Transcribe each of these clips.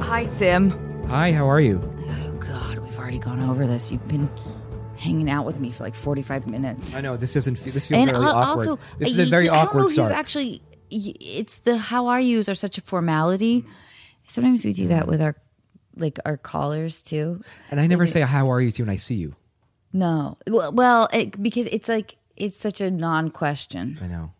Hi, Sim. Hi, how are you? Oh, God, we've already gone over this. You've been hanging out with me for like 45 minutes. I know this doesn't. Feel, this feels and very al- awkward. also, this is I- a very I don't know awkward if start. You've actually, y- it's the how are yous are such a formality. Sometimes we do that with our like our callers too. and I never say how are you to when I see you. No, well, well it, because it's like it's such a non-question. I know.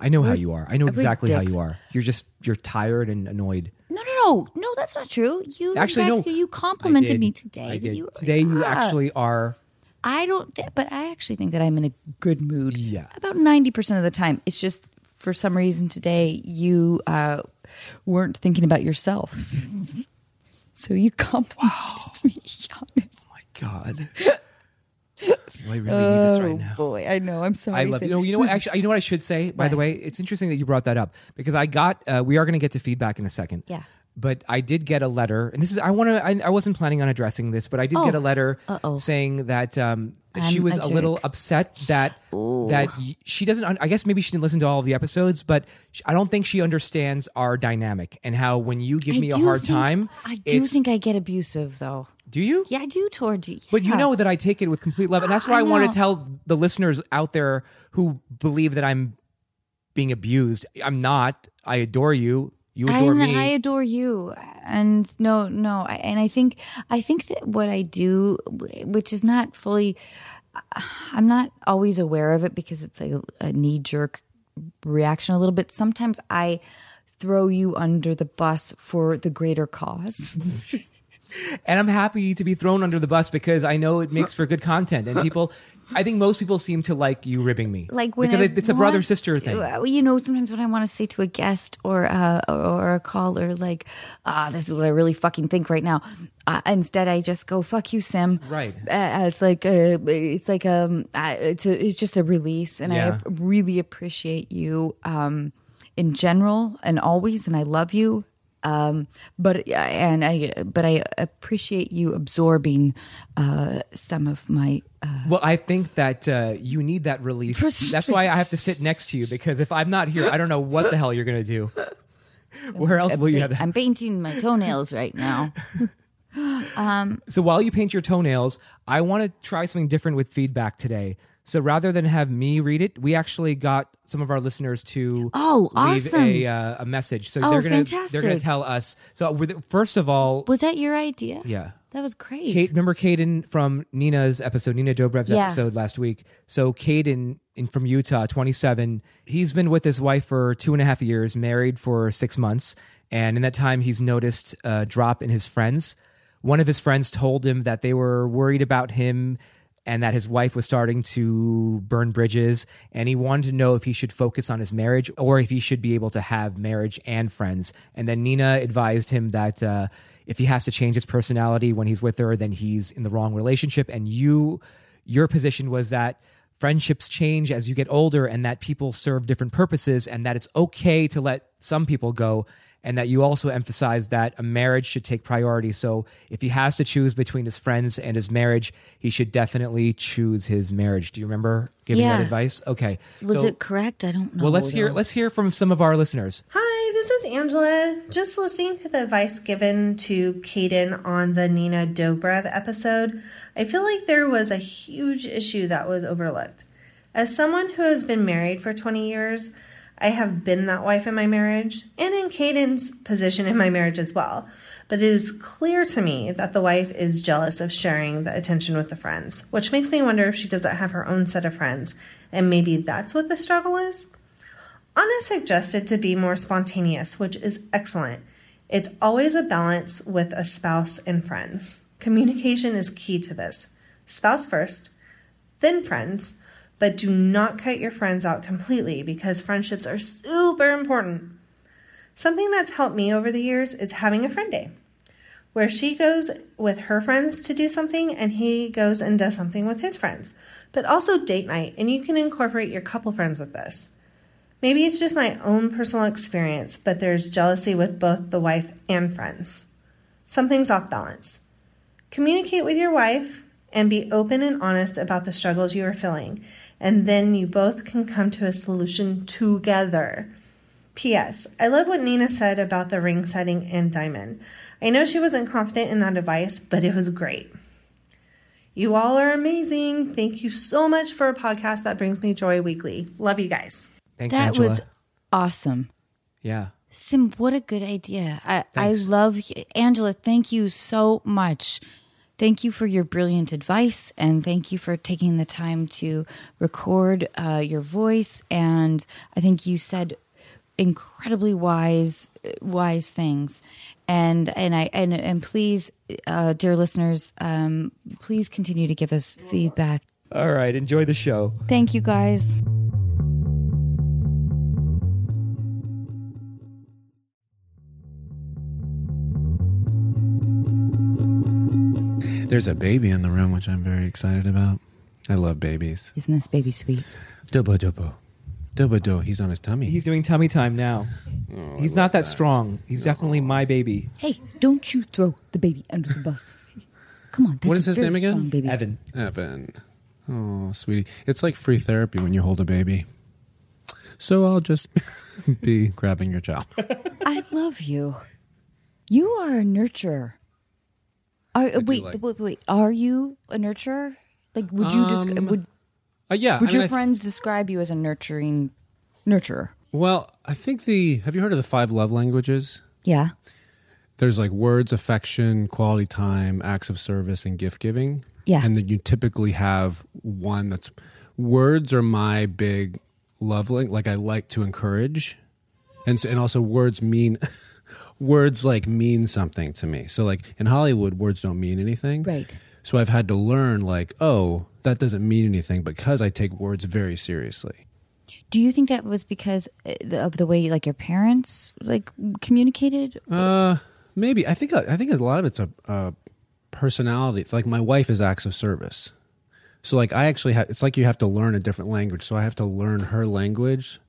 I know how you are. I know exactly how dicks. you are. You're just you're tired and annoyed. No, no, no, no. That's not true. You in Actually, fact, no. You, you I complimented did. me today. I that did. You, were- today you Yeah. actually are. I don't, thi- but I actually think that I'm in a good mood. Yeah. About 90% of the time. It's just for some reason today you uh, weren't thinking about yourself. so you complimented me. Giannis. My God. Do I really need this right Oh, now? boy. I know. I'm sorry. I to love say- you. Know, you know what? Actually, you know what I should say. By the way, it's interesting that you brought that up because I got. Uh, we are going to get to feedback in a second. Yeah. But I did get a letter, and this is I want to. I, I wasn't planning on addressing this, but I did get a letter saying that um, that she Oh, I'm was a a, little jerk. upset that that y- she doesn't. un- I guess maybe she didn't listen to all of the episodes, but sh I don't think she understands our dynamic and how when you give I me a do hard think- time, I do it's- think I get abusive, though. Do you? Yeah, I do towards you. But you Yeah. know that I take it with complete love. And that's why I, I want to know. tell the listeners out there who believe that I'm being abused. I'm not. I adore you. You adore and me. I adore you. And no, no, I, and I think I think that what I do, which is not fully, uh, I'm not always aware of it because it's a, a knee jerk reaction a little bit. Sometimes I throw you under the bus for the greater cause. and I'm happy to be thrown under the bus because I know it makes for good content. And people, I think most people seem to like you ribbing me. Like when because I it- it's a brother want sister to- thing. well, You know, sometimes when I want to say to a guest or uh, or, or a caller, like, ah, this is what I really fucking think right now. Uh, instead, I just go, "Fuck you, Sim." Right. uh, it's like a, it's like um I it's a, it's just a release and Yeah. i really appreciate you um in general and always and i love you um but and i but i appreciate you absorbing uh some of my uh, Well, I think that uh, you need that release. That's why I have to sit next to you because if I'm not here, I don't know what the hell you're going to do. Where else will you have that? i'm painting my toenails right now So while you paint your toenails, I want to try something different with feedback today. So rather than have me read it, we actually got some of our listeners to Oh, leave awesome. a, uh, a message. So Oh, they're gonna they're gonna fantastic. tell us. So we're the, first of all, was that your idea yeah, that was great Kate, remember Caden from Nina's episode, Nina Dobrev's Yeah. episode last week. So Caden in from Utah, 27, he's been with his wife for two and a half years, married for six months, and in that time he's noticed a drop in his friends. One of his friends told him that they were worried about him and that his wife was starting to burn bridges and he wanted to know if he should focus on his marriage or if he should be able to have marriage and friends and then nina advised him that uh, if he has to change his personality when he's with her then he's in the wrong relationship and you your position was that friendships change as you get older and that people serve different purposes and that it's okay to let some people go and that you also emphasize that a marriage should take priority so if he has to choose between his friends and his marriage he should definitely choose his marriage do you remember giving that Yeah. advice okay was so it correct i don't know well let's hear though. let's hear from some of our listeners Hi, this is Angela. Just listening to the advice given to Kaden on the Nina Dobrev episode, I feel like there was a huge issue that was overlooked. As someone who has been married for 20 years, I have been that wife in my marriage and in Kaden's position in my marriage as well. But it is clear to me that the wife is jealous of sharing the attention with the friends, which makes me wonder if she doesn't have her own set of friends and maybe that's what the struggle is. Anna suggested to be more spontaneous, which is excellent. It's always a balance with a spouse and friends. Communication is key to this. Spouse first, then friends, but do not cut your friends out completely because friendships are super important. Something that's helped me over the years is having a friend day where she goes with her friends to do something and he goes and does something with his friends, but also date night, and you can incorporate your couple friends with this. Maybe it's just my own personal experience, but there's jealousy with both the wife and friends. Something's off balance. Communicate with your wife and be open and honest about the struggles you are feeling, and then you both can come to a solution together. P.S. I love what Nina said about the ring setting and diamond. I know she wasn't confident in that advice, but it was great. You all are amazing. Thank you so much for a podcast that brings me joy weekly. Love you guys. Thanks, that Angela. was awesome. yeah. Sim, what a good idea. I, I Thanks. love y- Angela. Thank you so much. Thank you for your brilliant advice and thank you for taking the time to record uh, your voice. And I think you said incredibly wise, wise things. And and I and and please, uh, dear listeners, um, please continue to give us feedback. All right. Enjoy the show. Thank you, guys. There's a baby in the room, which I'm very excited about. I love babies. Isn't this baby sweet? Dobo dobo. Dobo do. He's on his tummy. He's doing tummy time now. He's not that, strong. He's definitely my baby. Hey, don't you throw the baby under the bus. Come on. That's What is a his very name again? strong Baby. Evan. Evan. Oh, sweetie. It's like free therapy when you hold a baby. So I'll just be grabbing your child. I love you. You are a nurturer. Are, wait, like- wait, wait. Are you a nurturer? Like, would you just Um, would Uh, yeah. would I mean, your I th- friends describe you as a nurturing nurturer? well, I think the. Have you heard of the five love languages? Yeah. There's like words, affection, quality time, acts of service, and gift giving. Yeah. And then you typically have one that's words are my big love language. Like I like to encourage, and so, and also words mean words like mean something to me. So like in Hollywood, words don't mean anything. Right. So I've had to learn like oh that doesn't mean anything because I take words very seriously. Do you think that was because uh, the- of the way like your parents like communicated? Uh, maybe I think uh, I think a lot of it's a, a personality. It's like my wife is acts of service, so like I actually have. It's like you have to learn a different language. So I have to learn her language,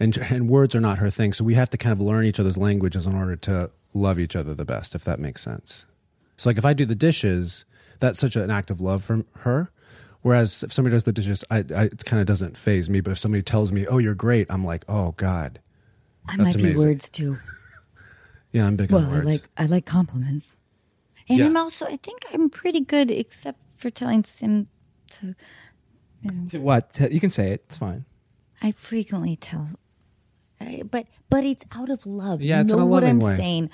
and and words are not her thing. So we have to kind of learn each other's languages in order to love each other the best, if that makes sense. So like if I do the dishes, that's such an act of love from her. Whereas if somebody does the dishes, I, I it kind of doesn't phase me. But if somebody tells me, "Oh, you're great," I'm like, "Oh God, I might that's be amazing. words too. yeah, I'm big Well, on I words." like I like compliments, and Yeah. I'm also I think I'm pretty good except for telling Sim to. To what? To- you can say it. It's fine. I frequently tell, I- but but it's out of love. Yeah, you it's know in a what loving I'm way. saying.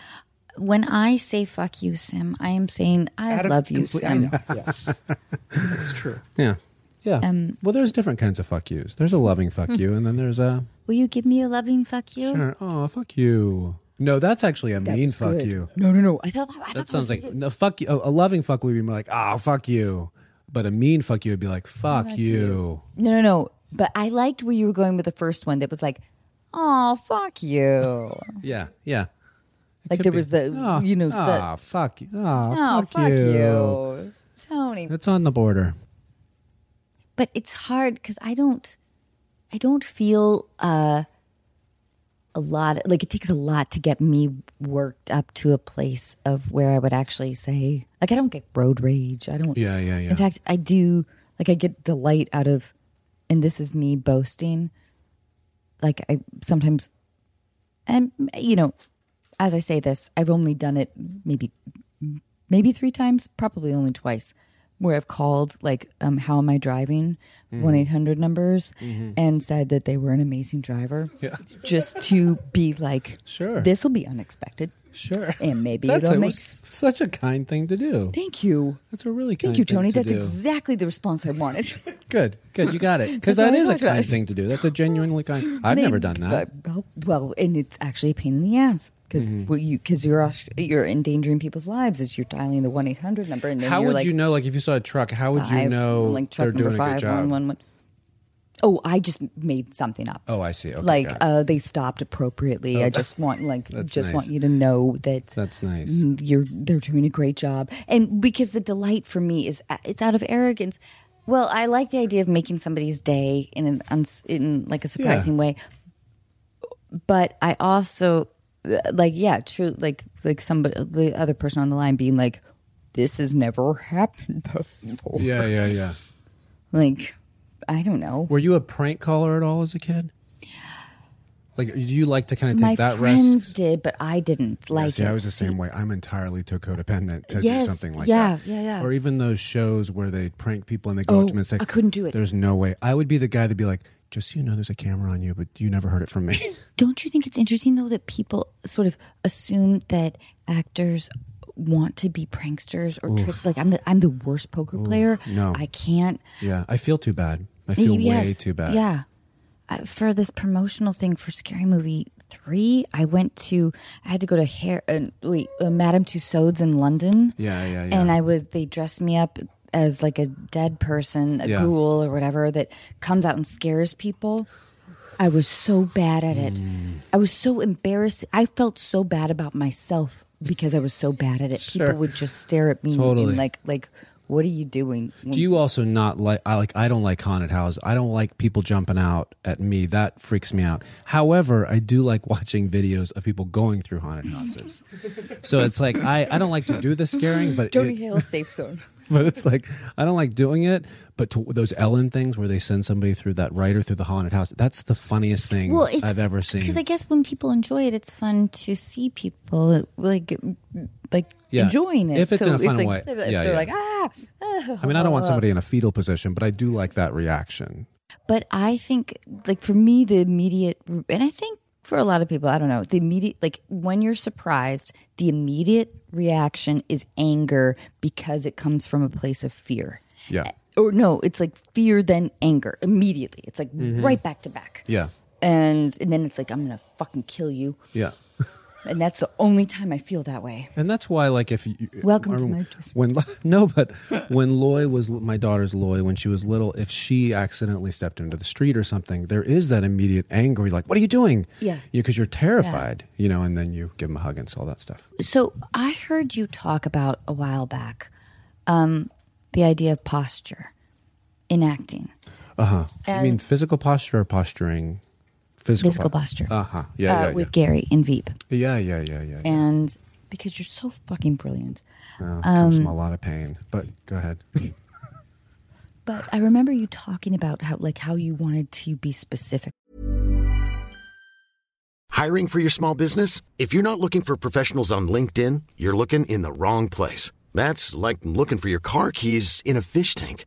When I say "fuck you, Sim," I am saying I Out of love you, complete- I Sim. know. Yes. That's true. Yeah. Yeah. Um, well, there's different kinds of fuck yous. There's a loving fuck Hmm. you, and then there's a Will you give me a loving "fuck you"? sure, oh fuck you. No, that's actually a mean was fuck good. you. No, no, no. I thought that, I thought That sounds like no fuck you. A, a loving fuck would be more like oh fuck you, but a mean fuck you would be like fuck you. no, no, no. But I liked where you were going with the first one. That was like, "Oh, fuck you." Yeah. Yeah. like Could there be, was the "Ah, you know, ah fuck you, the, ah "Oh, fuck, you. Tony. It's on the border. but it's hard because I don't, I don't feel uh, a lot. Like it takes a lot to get me worked up to a place of where I would actually say, like, I don't get road rage. I don't. Yeah, yeah, yeah. In fact, I do. Like, I get delight out of, and this is me boasting. Like, I sometimes, and you know, as I say this, I've only done it maybe maybe three times, probably only twice, where I've called like, um, "How am I driving?" Mm-hmm. one eight hundred numbers, and said that they were an amazing driver, just to be like, Sure. this will be unexpected, Sure. and maybe That's it'll a, make." such a kind thing to do. Thank you, That's a really kind thank you, thing Tony. to That's do. exactly the response I wanted. Good, good. You got it. Because That's what that I is a talked about. kind thing to do. That's a genuinely kind. I've never done that. Mm-hmm. Well, well, and it's actually a pain in the ass because you because you're act- you're endangering people's lives as you're dialing the one eight hundred number, and then How you're would like, you know? Like, if you saw a truck, how would you five, know like truck they're number doing a five, good job? one, one, one. Oh, I just made something up. Oh, I see. Okay, like got it. Oh, uh, they stopped appropriately. I just want like That's just want nice. you to know that that's nice. mm, you're they're doing a great job, and because the delight for me is uh, it's out of arrogance. Well, I like the idea of making somebody's day in an uns- in like a surprising way, but I also uh, like yeah, true like like somebody the other person on the line being like, this has never happened before. Yeah, yeah, yeah. Like, I don't know. Were you a prank caller at all as a kid? Like, do you like to kind of take My that friends risk? did, but I didn't like See, it. I was the same way. I'm entirely too codependent to Yes, do something like yeah, that. yeah, yeah. Or even those shows where they prank people and they go Oh, up to them and say, I couldn't do it. There's no way. I would be the guy that'd be like, just so you know, there's a camera on you, but you never heard it from me. Don't you think it's interesting though that people sort of assume that actors want to be pranksters or tricks? Like I'm, the, I'm the worst poker player. no. I can't. yeah, I feel too bad. I feel Yes, way too bad. Yeah. I, for this promotional thing for Scary Movie Three, I went to. I had to go to hair. Uh, wait, uh, Madame Tussauds in London. Yeah, yeah, yeah. And I was. They dressed me up as like a dead person, a Yeah. ghoul or whatever that comes out and scares people. I was so bad at it. Mm. I was so embarrassed. I felt so bad about myself because I was so bad at it. People would just stare at me Totally. and like, like, what are you doing? Do you also not like? I like. I don't like haunted houses. I don't like people jumping out at me. That freaks me out. However, I do like watching videos of people going through haunted houses. so it's like I, I don't like to do the scaring, but Tony it- Hale safe zone. but it's like I don't like doing it. But to, those Ellen things where they send somebody through that right or through the haunted house, that's the funniest thing well, it's, I've ever seen. Because I guess when people enjoy it, it's fun to see people like like Yeah. enjoying it. If it's in a fun like, way. They're, Yeah, they're yeah. like ah. ah." I mean, I don't want somebody in a fetal position, but I do like that reaction. But I think like for me, the immediate, and I think for a lot of people, I don't know, the immediate like when you're surprised, the immediate reaction is anger because it comes from a place of fear. Yeah. Or no, it's like fear then anger immediately. It's like Mm-hmm. right back to back. Yeah. And and then it's like I'm gonna fucking kill you. yeah. And that's the only time I feel that way. And that's why, like, if you uh, Welcome I to remember my dressing when no, but when Loy was my daughter's Loy when she was little, if she accidentally stepped into the street or something, there is that immediate anger, like, "What are you doing?" Yeah. because you're terrified, you know, and then you give them a hug and all that stuff. So I heard you talk about a while back um, the idea of posture in acting, I mean, physical posture or posturing, physical, physical posture Uh huh. Yeah, uh, yeah, with Gary in Veep, Yeah, yeah, yeah, yeah. yeah. and because you're so fucking brilliant. Oh, No, it comes um, from a lot of pain, but go ahead. But I remember you talking about how like how you wanted to be specific. Hiring for your small business? If you're not looking for professionals on LinkedIn, you're looking in the wrong place. That's like looking for your car keys in a fish tank.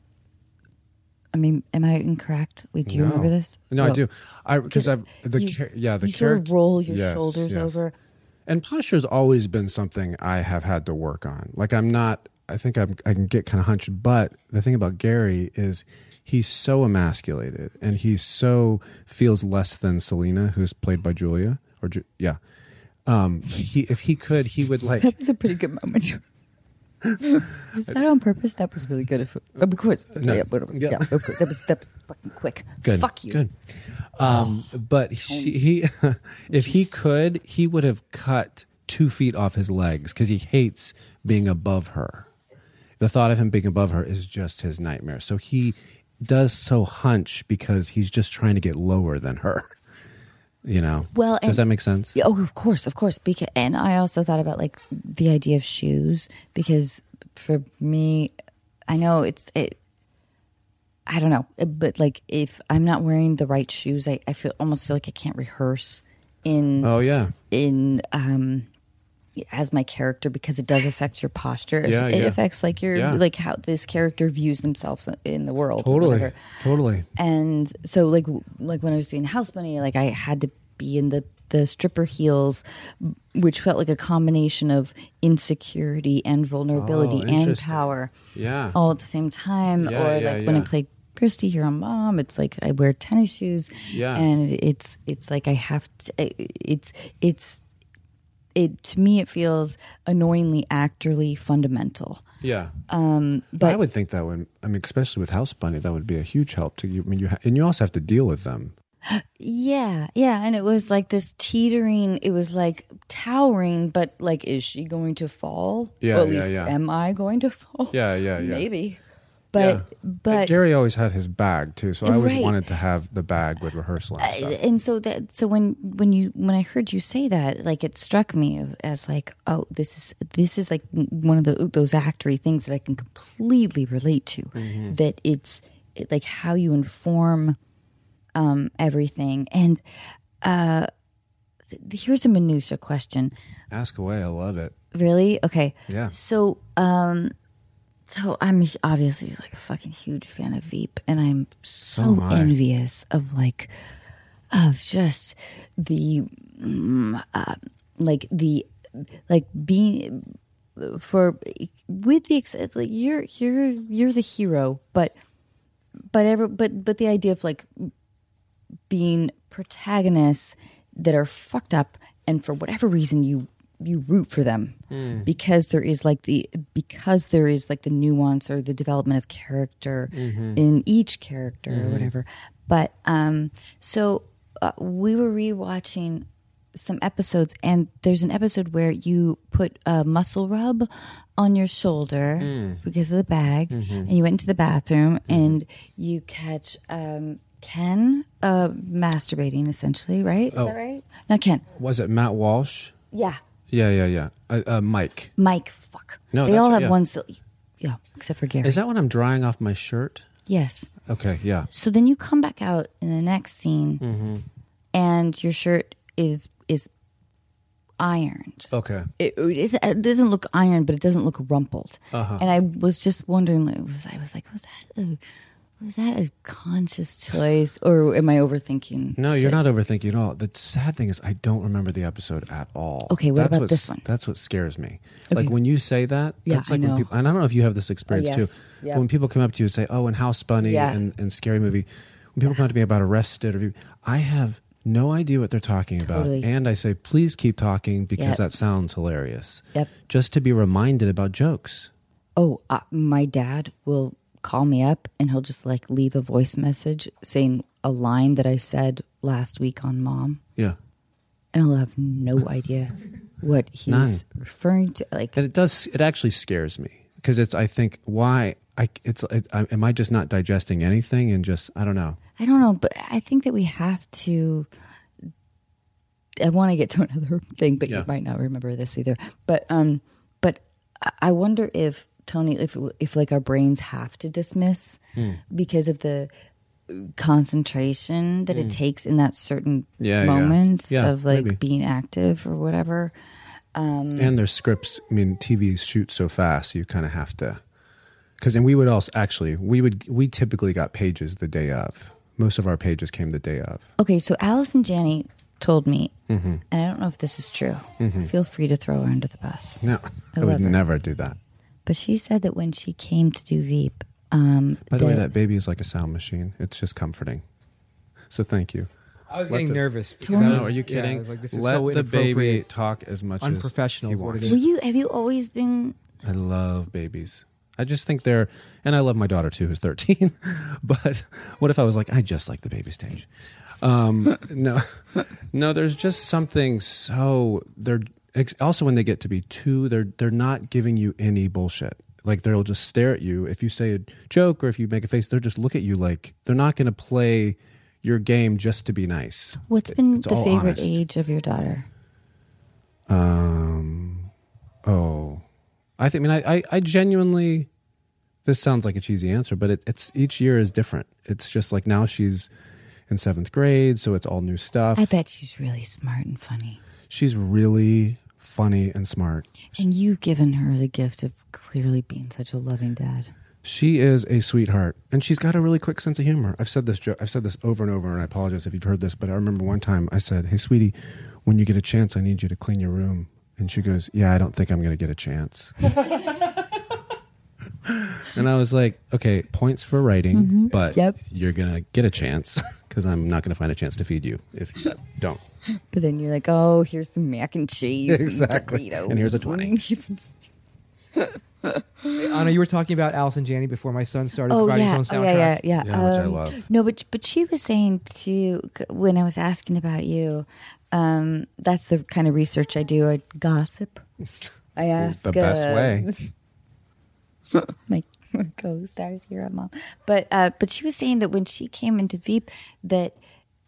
I mean, am I incorrect? Wait, do you remember this? No, I Well, do. I because I've the you- char- yeah the you sort of character- roll your Yes, shoulders yes. over. And posture's always been something I have had to work on. Like I'm not I think I'm I can get kind of hunched, but the thing about Gary is he's so emasculated and he so feels less than Selena who's played by Julia or Ju- yeah. Um he if he could he would like That was a pretty good moment. was that on purpose? That was really good. If, of course. No. Yeah, whatever. Yeah. yeah. okay. That was that was fucking quick. Good. Fuck you. Good. Um, but she, he, if he could, he would have cut two feet off his legs because he hates being above her. The thought of him being above her is just his nightmare. So he does so hunch because he's just trying to get lower than her. You know. Well, does and- that make sense? Yeah, oh, of course, of course. Because, and I also thought about like the idea of shoes because for me, I know it's it. I don't know, but like if I'm not wearing the right shoes, I, I feel almost feel like I can't rehearse in Oh yeah. in um as my character because it does affect your posture. It- Yeah, it yeah. affects like your Yeah. like how this character views themselves in the world. or Totally. whatever. Totally. And so like w- like when I was doing the house bunny, like I had to be in the the stripper heels, which felt like a combination of insecurity and vulnerability and Oh, interesting. power Yeah. all at the same time. Yeah, or yeah, like when I yeah. play Christy here on Mom, it's like I wear tennis shoes. Yeah. And it's it's like I have to. It's it's it to me it feels annoyingly actorly fundamental. Yeah. Um, But I would think that would I mean especially with House Bunny that would be a huge help to you I mean you ha- and you also have to deal with them. yeah, yeah. And it was like this teetering. It was like towering, but like, is she going to fall? Yeah, Or at yeah, least, yeah. am I going to fall? Yeah, yeah, yeah. Maybe. But, but, Gary always had his bag too, so I always Right. Uh, wanted to have the bag with rehearsal and stuff. and so that so when when you when I heard you say that, like it struck me as like, oh, this is this is like one of the, those actory things that I can completely relate to. That it's it, like how you inform um, everything. And uh, th- here's a minutia question. Ask away, I love it. Really? Okay. Yeah. So, um, so I'm obviously like a fucking huge fan of Veep, and I'm so, am I. envious of like, of just the, mm, uh, like the, like being for with the ex- like you're you're you're the hero, but but ever but but the idea of like being protagonists that are fucked up and for whatever reason you you root for them because there is like the because there is like the nuance or the development of character in each character or whatever but um so uh, we were rewatching some episodes and there's an episode where you put a muscle rub on your shoulder Mm. because of the bag Mm-hmm. and you went into the bathroom and you catch um, ken uh, masturbating essentially right Oh. is that right not ken Was it Matt Walsh? yeah Yeah, yeah, yeah. Uh, uh, Mike. mike fuck No, they that's all right, have yeah. one sil- yeah except for gary Is that when I'm drying off my shirt? yes Okay, yeah. so then you come back out in the next scene Mm-hmm. and your shirt is is ironed Okay. it, it is- it doesn't look iron, but it doesn't look rumpled. Uh-huh. And I was just wondering, like, was I was like, was that a, was that a conscious choice, or am I overthinking? No, you're not overthinking at all. The sad thing is, I don't remember the episode at all. Okay, what about what's- this one? That's what scares me. Okay. Like when you say that, Yeah, that's I like know. when people, and I don't know if you have this experience yes. too. Yeah. But when people come up to you and say, "Oh, and House Bunny Yeah. and, and Scary Movie," when people come up to me about Arrested, or, I have no idea what they're talking Totally. about, and I say, "Please keep talking because Yep. that sounds hilarious." Yep. Just to be reminded about jokes. Oh, uh, my dad will call me up, and he'll just like leave a voice message saying a line that I said last week on Mom, Yeah. and I'll have no idea what he's referring to. Like, and it does it actually scares me because it's i think why i it's it, I, am i just not digesting anything and just i don't know I don't know, but I think that we have to. I want to get to another thing, but you Yeah. might not remember this either. But um, but I- I wonder if Tony, if if like our brains have to dismiss Hmm. because of the concentration that it takes in that certain Hmm. Yeah, yeah. moment Yeah, of like maybe. being active or whatever. and their scripts i mean tv shoots so fast you kind of have to because and we would also actually we would we typically got pages the day of most of our pages came the day of Okay, so Alice and Janney told me, Mm-hmm. and I don't know if this is true. Feel free to throw her under the bus. no i, love would her. never do that But she said that when she came to do Veep, um, by the, way that baby is like a sound machine it's just comforting so thank you I was getting the- nervous. because Tony. I no was- are you yeah, I kidding was like, this is let so the baby inappropriate. talk as much Unprofessional as is he what it wants. is. Were you? Have you always been? I love babies. I just think they're, and I love my daughter too, who's 13. but what if I was like, I just like the baby stage? Um, no, no, there's just something so, they're, ex- also when they get to be two, they're, they're not giving you any bullshit. Like they'll just stare at you. If you say a joke or if you make a face, they'll just look at you like they're not going to play your game just to be nice. What's been it's the all favorite honest. age of your daughter? Um, oh, I think. I mean, I, I, I genuinely. This sounds like a cheesy answer, but it, it's each year is different. It's just like now she's in seventh grade, so it's all new stuff. I bet she's really smart and funny, she's really funny and smart. and you've given her the gift of clearly being such a loving dad. She is a sweetheart, and she's got a really quick sense of humor. I've said this. jo- I've said this over and over, and I apologize if you've heard this, but I remember one time I said, "Hey, sweetie, when you get a chance, I need you to clean your room." And she goes, "Yeah, I don't think I'm going to get a chance." and I was like, "Okay, points for writing, but Yep. you're going to get a chance because I'm not going to find a chance to feed you if you don't." But then you're like, oh, here's some mac and cheese, Exactly. and, Doritos. And here's a 20. Anna, you were talking about Alice and Janney before my son started oh providing yeah, his own oh soundtrack. yeah, yeah, yeah, Yeah, which I Um, love. No, but but she was saying to when I was asking about you, Um, that's the kind of research I do. I gossip. I ask the best uh, way. my co-stars here at mom but uh but she was saying that when she came into veep that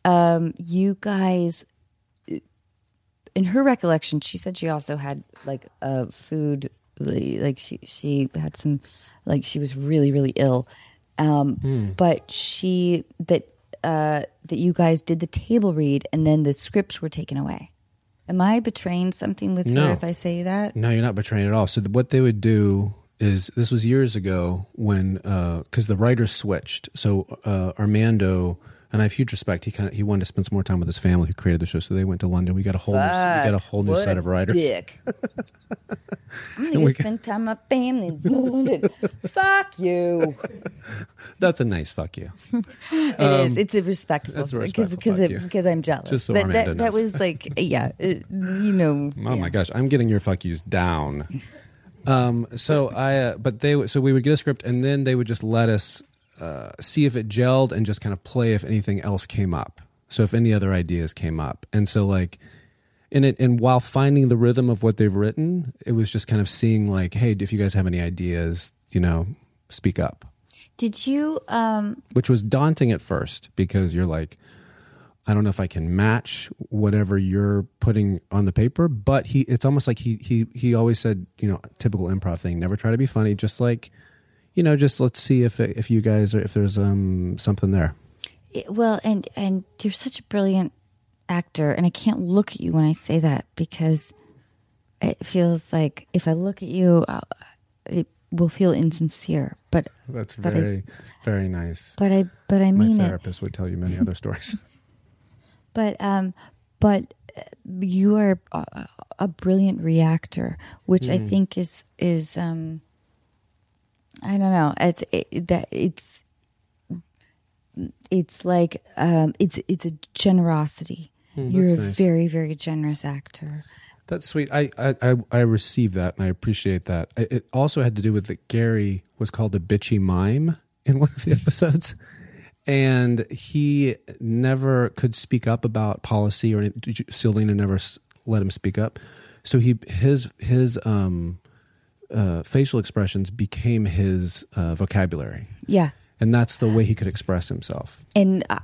um you guys uh, in her recollection she said she also had like a food like she she had some like she was really really ill um but she that uh that you guys did the table read and then the scripts were taken away am i betraying something with No. her if i say that No, you're not betraying at all. So th- what they would do is this was years ago when because the writers switched. So uh, Armando and I have huge respect. He kind of he wanted to spend some more time with his family who created the show. So they went to London. We got a whole new, we got a whole new What set a of writers. Dick. I'm gonna go spend time with my family in London. Fuck you. That's a nice fuck you. It is. It's a respectful. that's Um, a respectful because fuck you. because I'm jealous. Just so that, Armando that, that knows. was like uh, yeah, it, you know. Oh my gosh, I'm getting your fuck yous down. Um, so I, uh, but they, would- so we would get a script, and then they would just let us uh, see if it gelled, and just kind of play if anything else came up. So if any other ideas came up, and so like, in it, and while finding the rhythm of what they've written, it was just kind of seeing like, hey, if you guys have any ideas, you know, speak up Did you? Um, which was daunting at first because you're like, I don't know if I can match whatever you're putting on the paper, but he it's almost like he he he always said, you know, typical improv thing, never try to be funny, just like, you know, just let's see if if you guys are if there's um something there. it- well, and and you're such a brilliant actor, and I can't look at you when I say that because it feels like if I look at you, I'll, it will feel insincere. But That's But I- very, very nice. but I but I My mean it. therapist would tell you many other stories. But um, but uh, you are a, a brilliant reactor, which Hmm. I think is is um, I don't know. It's it, that it's it's like um, it's it's a generosity. Hmm, You're a very very generous actor. That's sweet. I I I, I receive that and I appreciate that. I, it also had to do with that Gary was called a bitchy mime in one of the episodes, and he never could speak up about policy or anything. Selena never s- let him speak up, so he his his um uh, facial expressions became his uh, vocabulary, Yeah, and that's the way he could express himself. and uh,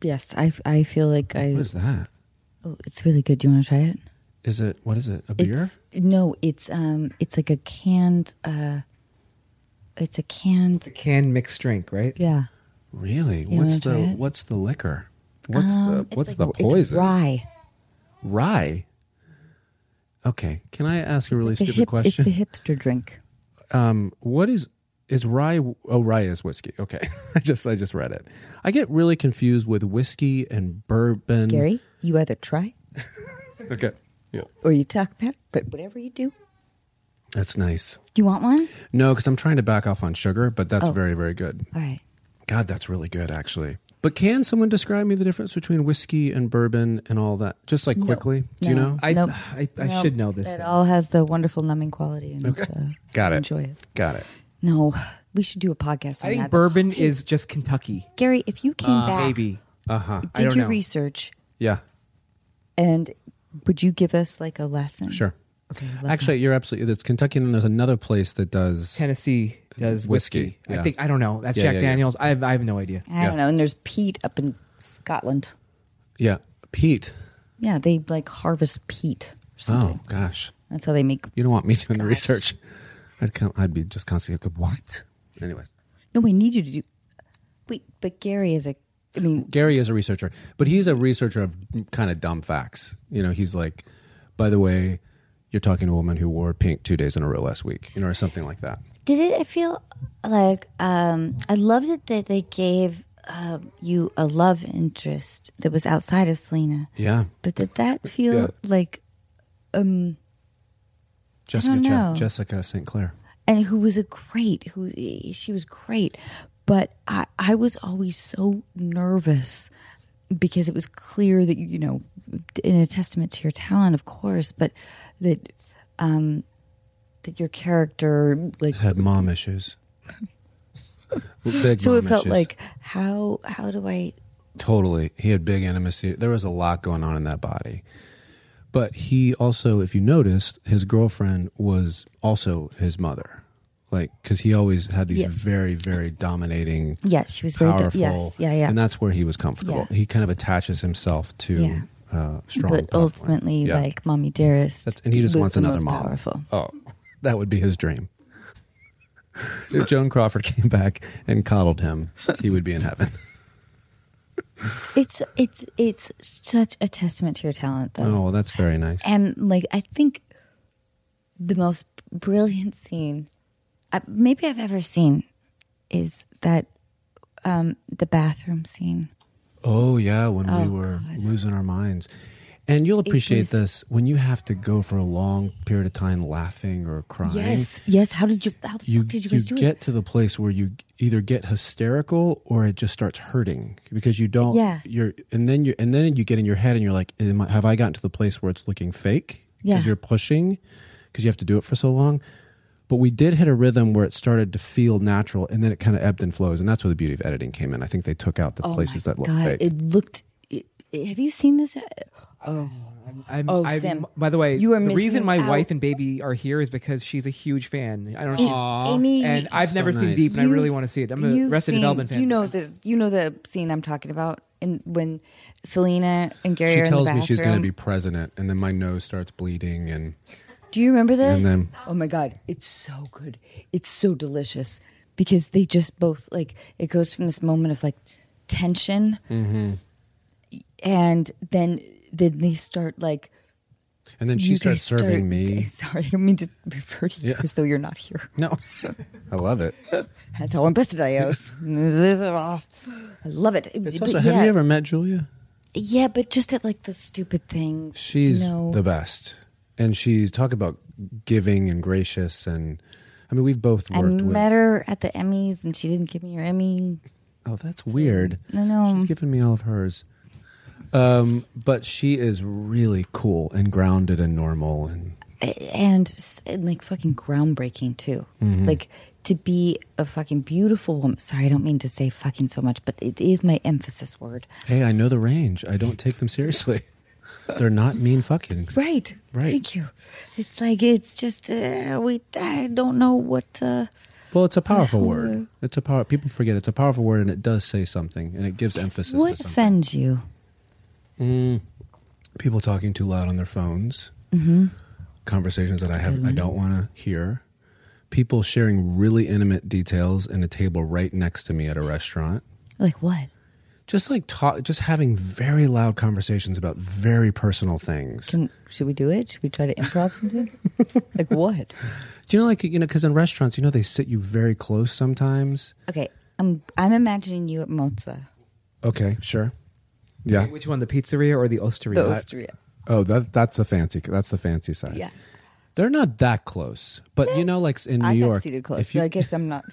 yes, I I feel like I. What is that? Oh, it's really good. Do you want to try it? Is it what is it? A beer? It's, no, it's um, it's like a canned. Uh, it's a canned. Canned mixed drink, right? Yeah. Really? You wanna what's try the it? what's the liquor? What's Um, the it's like- what's the It's poison? rye. Rye. Okay. Can I ask a really It's the stupid hip- question? It's the hipster drink. um, what is is rye? Oh, rye is whiskey. Okay. I just I just read it. I get really confused with whiskey and bourbon. Gary, you either try Okay. Yeah. or you talk about it, but whatever you do, That's nice. do you want one? No, because I'm trying to back off on sugar, but Oh. that's very very good. All right. God, that's really good actually. But can someone describe me the difference between whiskey and bourbon and all that? Just like quickly, do you No. know? I Nope. I, I should know this. It thing. all has the wonderful numbing quality. And okay. Got it. Enjoy it. Got it. No, we should do a podcast on I think that. bourbon is just Kentucky. Gary, if you came back, Maybe. Uh huh. I did don't your know. research Yeah. and would you give us like a lesson? Sure. Okay. let- Actually, you're absolutely. It's Kentucky, and then there's another place that does. Tennessee does Whiskey, whiskey. yeah. I think I don't know. That's Yeah, Jack yeah, yeah. Daniels. I have, I have no idea. I don't know. And there's peat up in Scotland. Yeah, Pete. Yeah, they like harvest peat or something. Oh gosh, That's how they make you don't want me doing the research. I'd come. I'd be just constantly like, what? Anyway, No, we need you to do. Wait, but Gary is a. I mean, Gary is a researcher, but he's a researcher of kind of dumb facts. You know, he's like, by the way, you're talking to a woman who wore pink two days in a row last week. You know, or something like that. did it? I feel like um, I loved it that they gave um you a love interest that was outside of Selena. Yeah, But did that feel Yeah. like, Jessica. Je- know. Jessica St. Clair. and who was a great, who she was great, but I, I was always so nervous because it was clear that you know, in a testament to your talent, of course, but that, um, that your character like had mom issues. Big So mom it felt issues. like how how do I totally. He had big intimacy. There was a lot going on in that body. But he also, if you noticed, his girlfriend was also his mother. Like, because he always had these Yeah. very, very dominating, Yes, she was very do- powerful. yes, yeah, yeah. And that's where he was comfortable. Yeah. He kind of attaches himself to Yeah. uh, strong. but powerful women. ultimately, Yeah. like mommy dearest, That's- and he just was wants the another most mom. Powerful. Oh, that would be his dream. if Joan Crawford came back and coddled him, he would be in heaven. It's it's it's such a testament to your talent, though. Oh, well, that's very nice. And like, I think the most brilliant scene, uh, maybe I've ever seen, is that um, the bathroom scene. Oh yeah, when Oh, we were losing our minds. And you'll appreciate was- this when you have to go for a long period of time laughing or crying. Yes, yes. How did you? How the You, fuck did you guys do get it? to the place where you either get hysterical or it just starts hurting because you don't Yeah. you're and then you and then you get in your head and you're like Am I, have I gotten to the place where it's looking fake Yeah. you're pushing because you have to do it for so long but we did hit a rhythm where it started to feel natural and then it kind of ebbed and flows and that's where the beauty of editing came in I think they took out the Oh places my that look God, fake it looked. It, it- have you seen this? Oh, I'm, Oh, I'm- Sim, By the way, you are the reason missing my out. wife and baby are here is because she's a huge fan. I don't know. if she's- Amy. And I've never seen nice. Deep, and I really You've- want to see it. I'm a you've Arrested seen- Development fan. You know this. You know the scene I'm talking about, and when Selena and Gary she are tells in the me she's going to bathroom. be president and then my nose starts bleeding and Do you remember this? then- oh my god, it's so good. It's so delicious because they just both like it goes from this moment of like tension, Mm-hmm. and then then they start like and then she you starts guys serving start- me Sorry, I don't mean to refer to you as though you're not here. no I love it That's how invested I am. I love it. But also yeah, have you ever met Julia yeah, but just at like the stupid things. She's you know? the best. And she's talk about giving and gracious and I mean we've both I worked with met her at the Emmys, and she didn't give me her Emmy. Oh, that's weird. No, no. She's given me all of hers. Um, but she is really cool and grounded and normal and and, s- and like fucking groundbreaking too. Mm-hmm. Like to be a fucking beautiful woman. Sorry, I don't mean to say fucking so much, but it is my emphasis word. hey, I know the range. I don't take them seriously. They're not mean fucking. Right. Right. Thank you. It's like it's just uh, we. I don't know what. Uh, Well, it's a powerful word. It's a power people forget it's a powerful word and it does say something and it gives emphasis what to something. offends you? people talking too loud on their phones, Mm-hmm. conversations that I have I don't want to hear, people sharing really intimate details in a table right next to me at a restaurant, Like what? just like talk, just having very loud conversations about very personal things. Can, should we do it? Should we try to improv something? like what? Do you know, like you know, because in restaurants, you know, they sit you very close sometimes. Okay, I'm I'm imagining you at Mozza, Okay, sure. Yeah. Which one, the pizzeria or the osteria? the Osteria. Oh, that that's a fancy. That's the fancy side. Yeah, They're not that close, but you know, like in New Eh, I got York, seated close, if so you- I guess I'm not.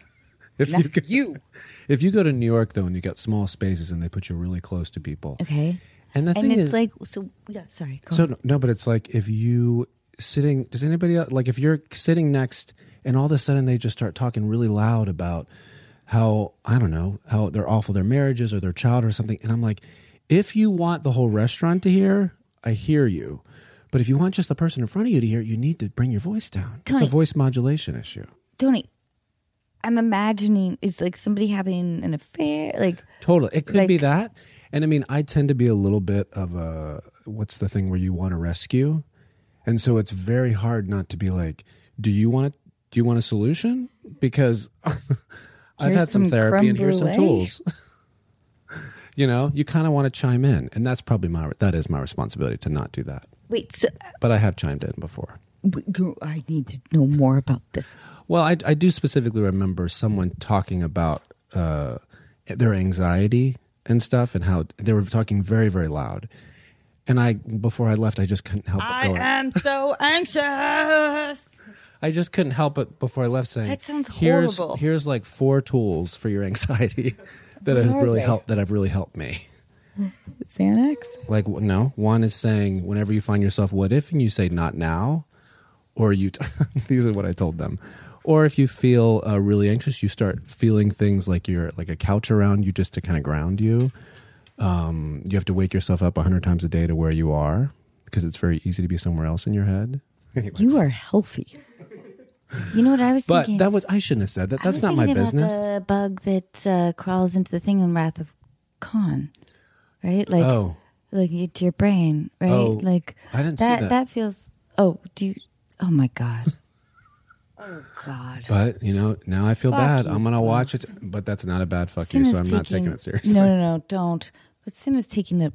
if Not you go- you. If you go to New York though, and you got small spaces, and they put you really close to people, Okay, and the and thing it's is, like so. Yeah, sorry. Go so no- no, but it's like if you sitting, does anybody else, like if you're sitting next, and all of a sudden they just start talking really loud about how I don't know how they're awful their marriages or their child or something, and I'm like, if you want the whole restaurant to hear, I hear you, but if you want just the person in front of you to hear, you need to bring your voice down. It's a Tony. voice modulation issue. Tony, I'm imagining it's like somebody having an affair. Like, Totally. It could be Like- that. And I mean, I tend to be a little bit of a what's the thing where you want to rescue? And so it's very hard not to be like, do you want to do you want a solution? Because I've Here's had some some therapy creme and here's some brulee. tools. you know, you kind of want to chime in, and that's probably my that is my responsibility to not do that. wait, so But I have chimed in before. wait, girl, I need to know more about this. Well, I, I do specifically remember someone talking about uh, their anxiety and stuff, and how they were talking very, very loud. And I, before I left, I just couldn't help but going. I'm so anxious. I just couldn't help it before I left saying That sounds here's, horrible." Here's like four tools for your anxiety that have are really they? helped. That have really helped me. Xanax. Like w- no, one is saying whenever you find yourself "what if" and you say "not now," or you. T- these are what I told them. Or if you feel uh, really anxious, you start feeling things like you're like a couch around you just to kind of ground you. Um, you have to wake yourself up 100 times a day to where you are because it's very easy to be somewhere else in your head. Anyways. You are healthy. You know what I was but thinking? that was, I shouldn't have said that. I That's was not my thinking about business. The bug that uh, crawls into the thing in Wrath of Khan, right? Like, oh, like into your brain, right? Oh, like I didn't see that, that. feels. Oh, do you? Oh my god. oh god. but you know, now I feel Fuck bad. you, I'm going to watch it, but that's not a bad fuck Sim you, is so I'm not taking it seriously. No, no, no, don't. But Sim is taking a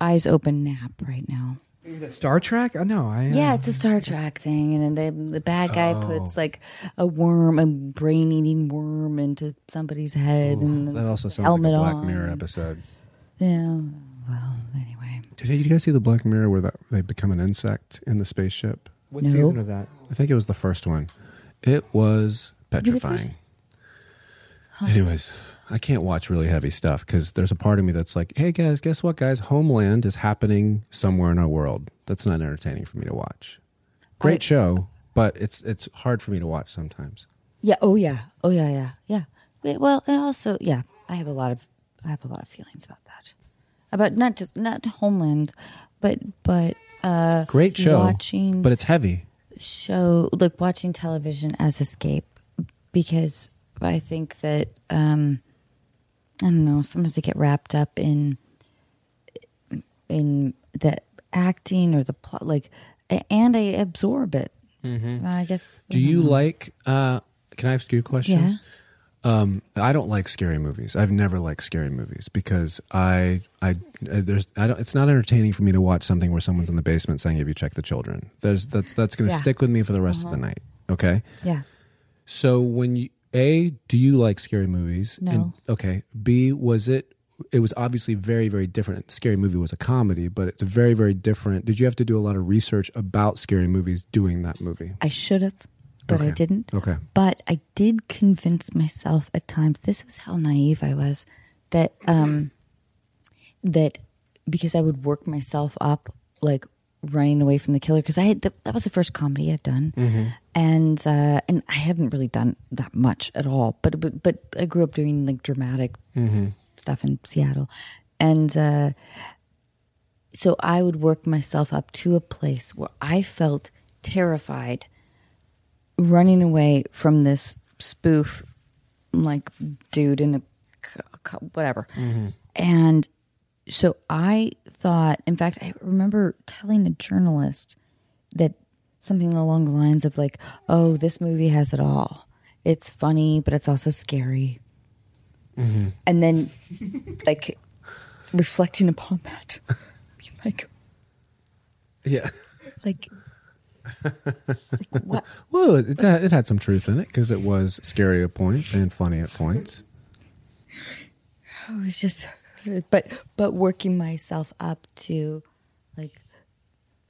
eyes open nap right now. Is that Star Trek? Oh, no, I uh, Yeah, it's a Star Trek thing, and then the the bad guy puts Oh. like a worm, a brain eating worm, into somebody's head, and Oh, That also sounds helmet like a Black on. Mirror episode. Yeah. Well, anyway, Did you guys see the Black Mirror where that, they become an insect in the spaceship? What No. season was that? I think it was the first one. It was first- petrifying. Anyways, I can't watch really heavy stuff because there's a part of me that's like, hey guys, guess what, guys? Homeland is happening somewhere in our world. That's not entertaining for me to watch. Great show, but it's it's hard for me to watch sometimes. yeah. Oh yeah. Oh yeah. Yeah. Yeah. Wait, well, and also, yeah, I have a lot of, I have a lot of feelings about that, about not just not Homeland, but but uh, Great show, Watching- but it's heavy. show like watching television as escape because I think that um I don't know sometimes I get wrapped up in in the acting or the plot like a- and I absorb it I guess Do you like? Uh, can I ask you questions? Mm-hmm. Yeah. Um, I don't like scary movies. I've never liked scary movies because I, I, uh, there's, I don't. It's not entertaining for me to watch something where someone's in the basement saying, "Have you checked the children?" There's that's that's going to Yeah. Uh-huh. stick with me for the rest of the night. Okay. yeah So when you a do you like scary movies? No. okay. B was it? It was obviously very very different. Scary movie was a comedy, but it's very very different. Did you have to do a lot of research about scary movies doing that movie? I should have but I Okay. didn't Okay. but I did convince myself at times this was how naive I was that um that because I would work myself up like running away from the killer because I had the, that was the first comedy I'd done Mm-hmm. and uh and I hadn't really done that much at all but but, but I grew up doing like dramatic Mm-hmm. stuff in Seattle and uh so I would work myself up to a place where I felt terrified running away from this spoof like dude in a c- c- whatever and so i thought in fact i remember telling a journalist that something along the lines of like oh this movie has it all it's funny but it's also scary and then like reflecting upon that being like Yeah. like Well, it, had- it had some truth in it because it was scary at points and funny at points. It was just, but but working myself up to, like,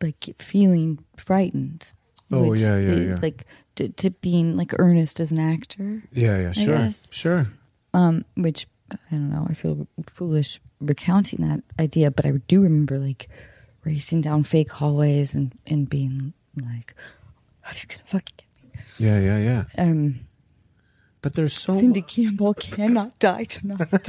like feeling frightened. Oh, yeah, yeah, uh, yeah. Like to, to being like earnest as an actor, Yeah, yeah, sure, guess. sure. which I don't know. I feel foolish recounting that idea, but I do remember like racing down fake hallways and and being like, "Oh, she's gonna fucking get me." Yeah, yeah, yeah. Um, But there's so Cindy Campbell cannot die tonight.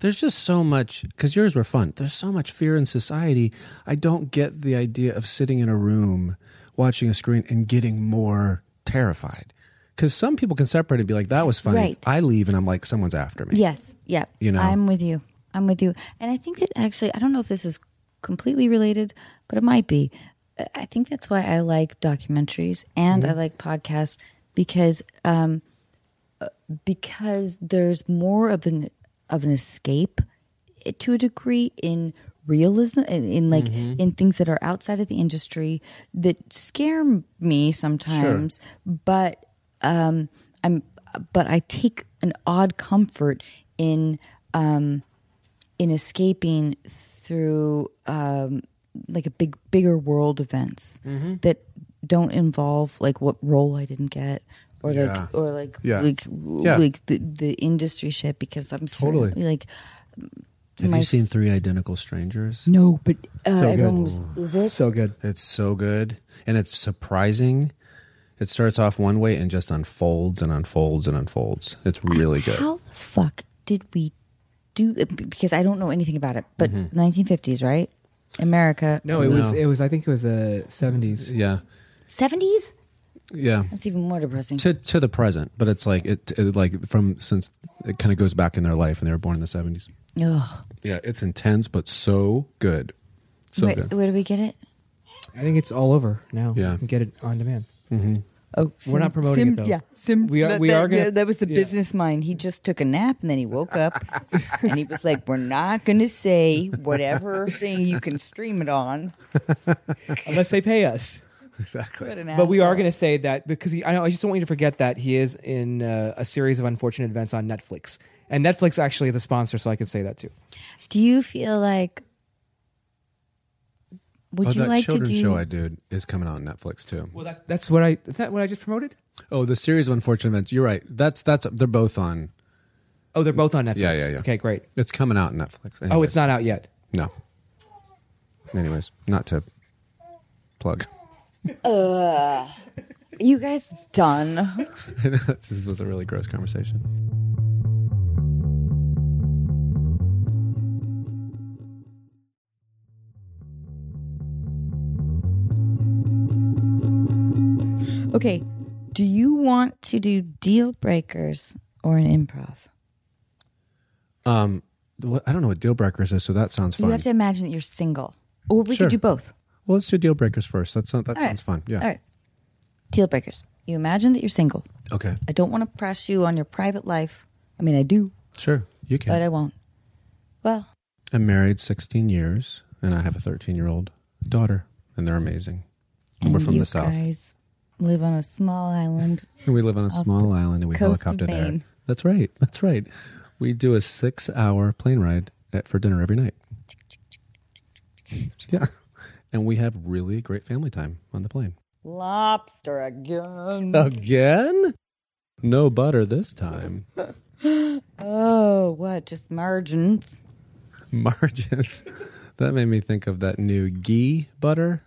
there's just so much because yours were fun. There's so much fear in society. I don't get the idea of sitting in a room watching a screen and getting more terrified. Because some people can separate and be like, that was funny. Right. I leave and I'm like, someone's after me. Yes. Yep. You know? I'm with you. I'm with you. And I think that actually, I don't know if this is completely related, but it might be. I- I think that's why I like documentaries and Mm-hmm. I like podcasts because um, uh, because there's more of an of an escape eh, to a degree in realism in, in like Mm-hmm. in things that are outside of the industry that scare m- me sometimes, but um, I'm but I take an odd comfort in um, in escaping through um, like a big bigger world events Mm-hmm. that don't involve like what role I didn't get or like or like Yeah. like w- Yeah. like the, the industry shit because I'm Totally. certainly, like Have My- you seen Three Identical Strangers? no but uh, So everyone good. was is it So good. It's so good. And it's surprising. It starts off one way and just unfolds and unfolds and unfolds. It's really good. how the fuck did we do because I don't know anything about it but 1950s right America No, it was Mm-hmm. No. it was I think it was the seventies. yeah. 70s Yeah. that's even more depressing To to the present, but it's like it, it like from since it kind of goes back in their life and they were born in the 70s. Ugh. Yeah, it's intense but so good. So Where, good. where do we get it I think it's all over now. Yeah. you can get it on demand. Oh, We're not promoting it, though. Yeah, Sim. We are- That, we that- are gonna- that, was the yeah. business mind. He just took a nap and then he woke up and he was like, "We're not going to say whatever thing you can stream it on." Unless they pay us. Exactly. What an But we are asshole. going to say that because he, I know I just don't want you to forget that he is in uh, a series of unfortunate events on Netflix, and Netflix actually is a sponsor, so I can say that too. Do you feel like? Would oh, you that like to children's do? show I did is coming out on Netflix too. Well, that's that's what I is that what I just promoted? Oh, the series of unfortunate events. You're right. That's that's they're both on. Oh, they're both on Netflix. Yeah, yeah, yeah. Okay, great. It's coming out on Netflix. Oh, it's Anyways. not out yet. No. Anyways, not to plug. you guys done? this was a really gross conversation. Okay. Do you want to do deal breakers or an improv? Um, what- I don't know what deal breakers is, so that sounds fun. You have to imagine that you're single, or we Sure. could do both. well, let's do deal breakers first. That's not, that All right. sounds fun. Yeah. All right. Deal breakers. You imagine that you're single. Okay. I don't want to press you on your private life. I mean, I do, Sure. You can. but uh, I won't. Well, I'm married 16 years, and I have a 13 year old daughter, and they're amazing. And, we're and from you the south, Guys live on a small island. and we live on a small island, and we coast of helicopter there. Maine. That's right. That's right. We do a six hour plane ride at, for dinner every night. Yeah. And we have really great family time on the plane. Lobster again. Oh. Again? No butter this time. Oh, what? Just margins. Margins. That made me think of that new ghee butter.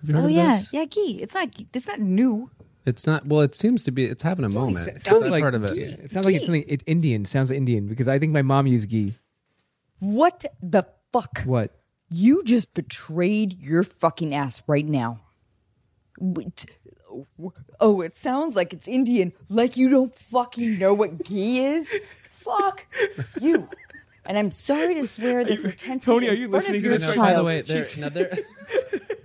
Have you heard oh of yeah, this? yeah. Ghee. It's not. It's not new. It's not well, it seems to be it's having a moment. It sounds That's like part of it. It sounds like it's something it, Indian. Sounds Indian because I think my mom used ghee. What the fuck? What? You just betrayed your fucking ass right now. Wait. Oh, it sounds like it's Indian. Like you don't fucking know what ghee is. Fuck you. And I'm sorry to swear this intensely. Tony, are in you front of listening to your this right now? child. By the they're, now they're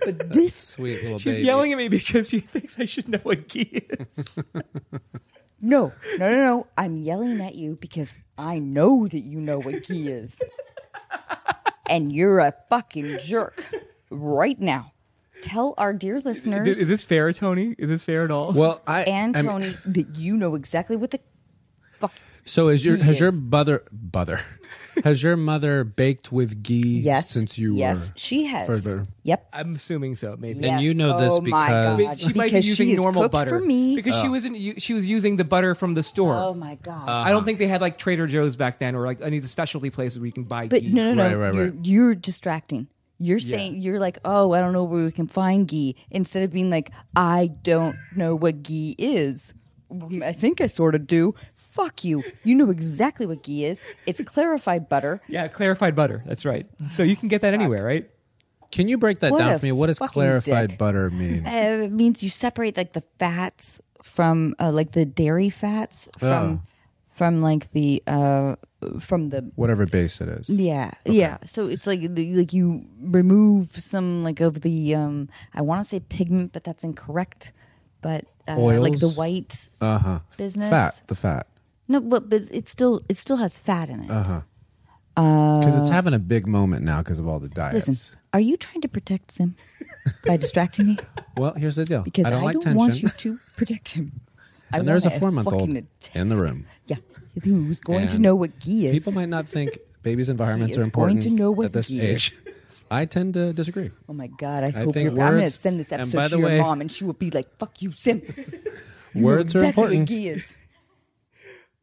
But this sweet little She's yelling at me because she thinks I should know what ghee is. no, no, no, no. I'm yelling at you because I know that you know what ghee is, and you're a fucking jerk right now. Tell our dear listeners. is this fair, Tony? Is this fair at all? Well, I and I mean- Tony that you know exactly what the fuck. So is your Ghee has your is. mother mother has your mother baked with ghee Yes, since you yes, were she has. further? Yep. I'm assuming so. Maybe. Yes. you know this Oh my God. because- She might be Because she using has normal cooked butter for me. because she wasn't. u- She was using the butter from the store. Oh my god. I don't think they had like Trader Joe's back then, or like any of the specialty places where you can buy. but ghee. no, no, no. Right, right, you're, right. you're distracting. You're saying you're like, oh, I don't know where we can find ghee. Instead of being like, I don't know what ghee is. Mm, I think I sort of do. Fuck you. You know exactly what ghee is. It's clarified butter. Yeah, clarified butter. That's right. So you can get that anywhere, right? Can you break that What down a for me? What does fucking clarified dick. butter mean? Uh, it means you separate like the fats from uh, like the dairy fats from from like the uh from the Whatever base it is. yeah yeah so it's like the- like you remove some like of the um i want to say pigment but that's incorrect but uh, like the Oils? white Uh huh. business Fat. The fat. no but but it still it still has fat in it Uh-huh. Because it's having a big moment now because of all the diets. listen are you trying to protect sim by distracting me Well, here's the deal. because I don't like tension. want you to protect him I and there's a want four month old fucking in the room. Yeah, who's going to And know what ghee is? People might not think babies' environments He are is going important to know what at this he age. is. I tend to disagree. oh my god! I, I hope think you're. I'm gonna words- send this and episode by to the your way- mom, and she will be like, "Fuck you, Sim." Words exactly are important. Oh. What ghee is.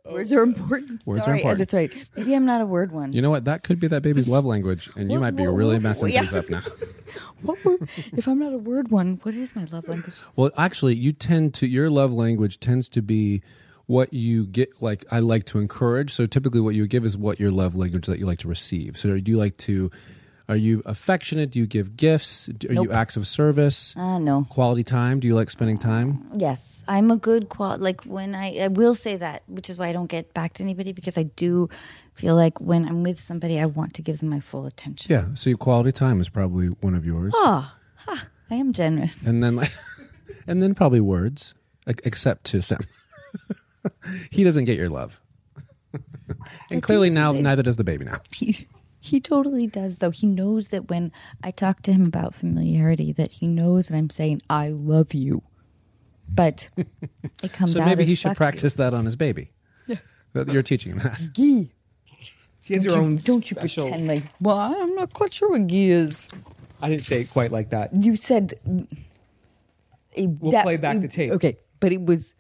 Words are important. Words are Sorry, important. that's right. Maybe I'm not a word one. You know what? That could be that baby's love language, and you What- might be what- really what- messing yeah. things up now. What word, if I'm not a word one, what is my love language? Well, actually, you tend to your love language tends to be what you get. Like I like to encourage. So typically, what you give is what your love language that you like to receive. So do you like to? Are you affectionate? Do you give gifts? Do- Are Nope. you acts of service? Ah, no. Quality time? Do you like spending time? Yes, I'm a good qual. Like when I, I will say that, which is why I don't get back to anybody because I do feel like when I'm with somebody, I want to give them my full attention. Yeah. So your quality time is probably one of Oh, yours. I am generous. and then like, and then probably words, e- except to Sam. he doesn't get your love, and clearly this now is it. neither does the baby now. he he totally does though he knows that when i talk to him about familiarity that he knows that i'm saying i love you but it comes So out maybe as he should "fuck practice that on his baby. Yeah, you're teaching him that. you. Gee, He has don't your you, own. don't you special- pretend like well i'm not quite sure what gee is I didn't say it quite like that. you said mm, it- We'll play back the tape. okay but it was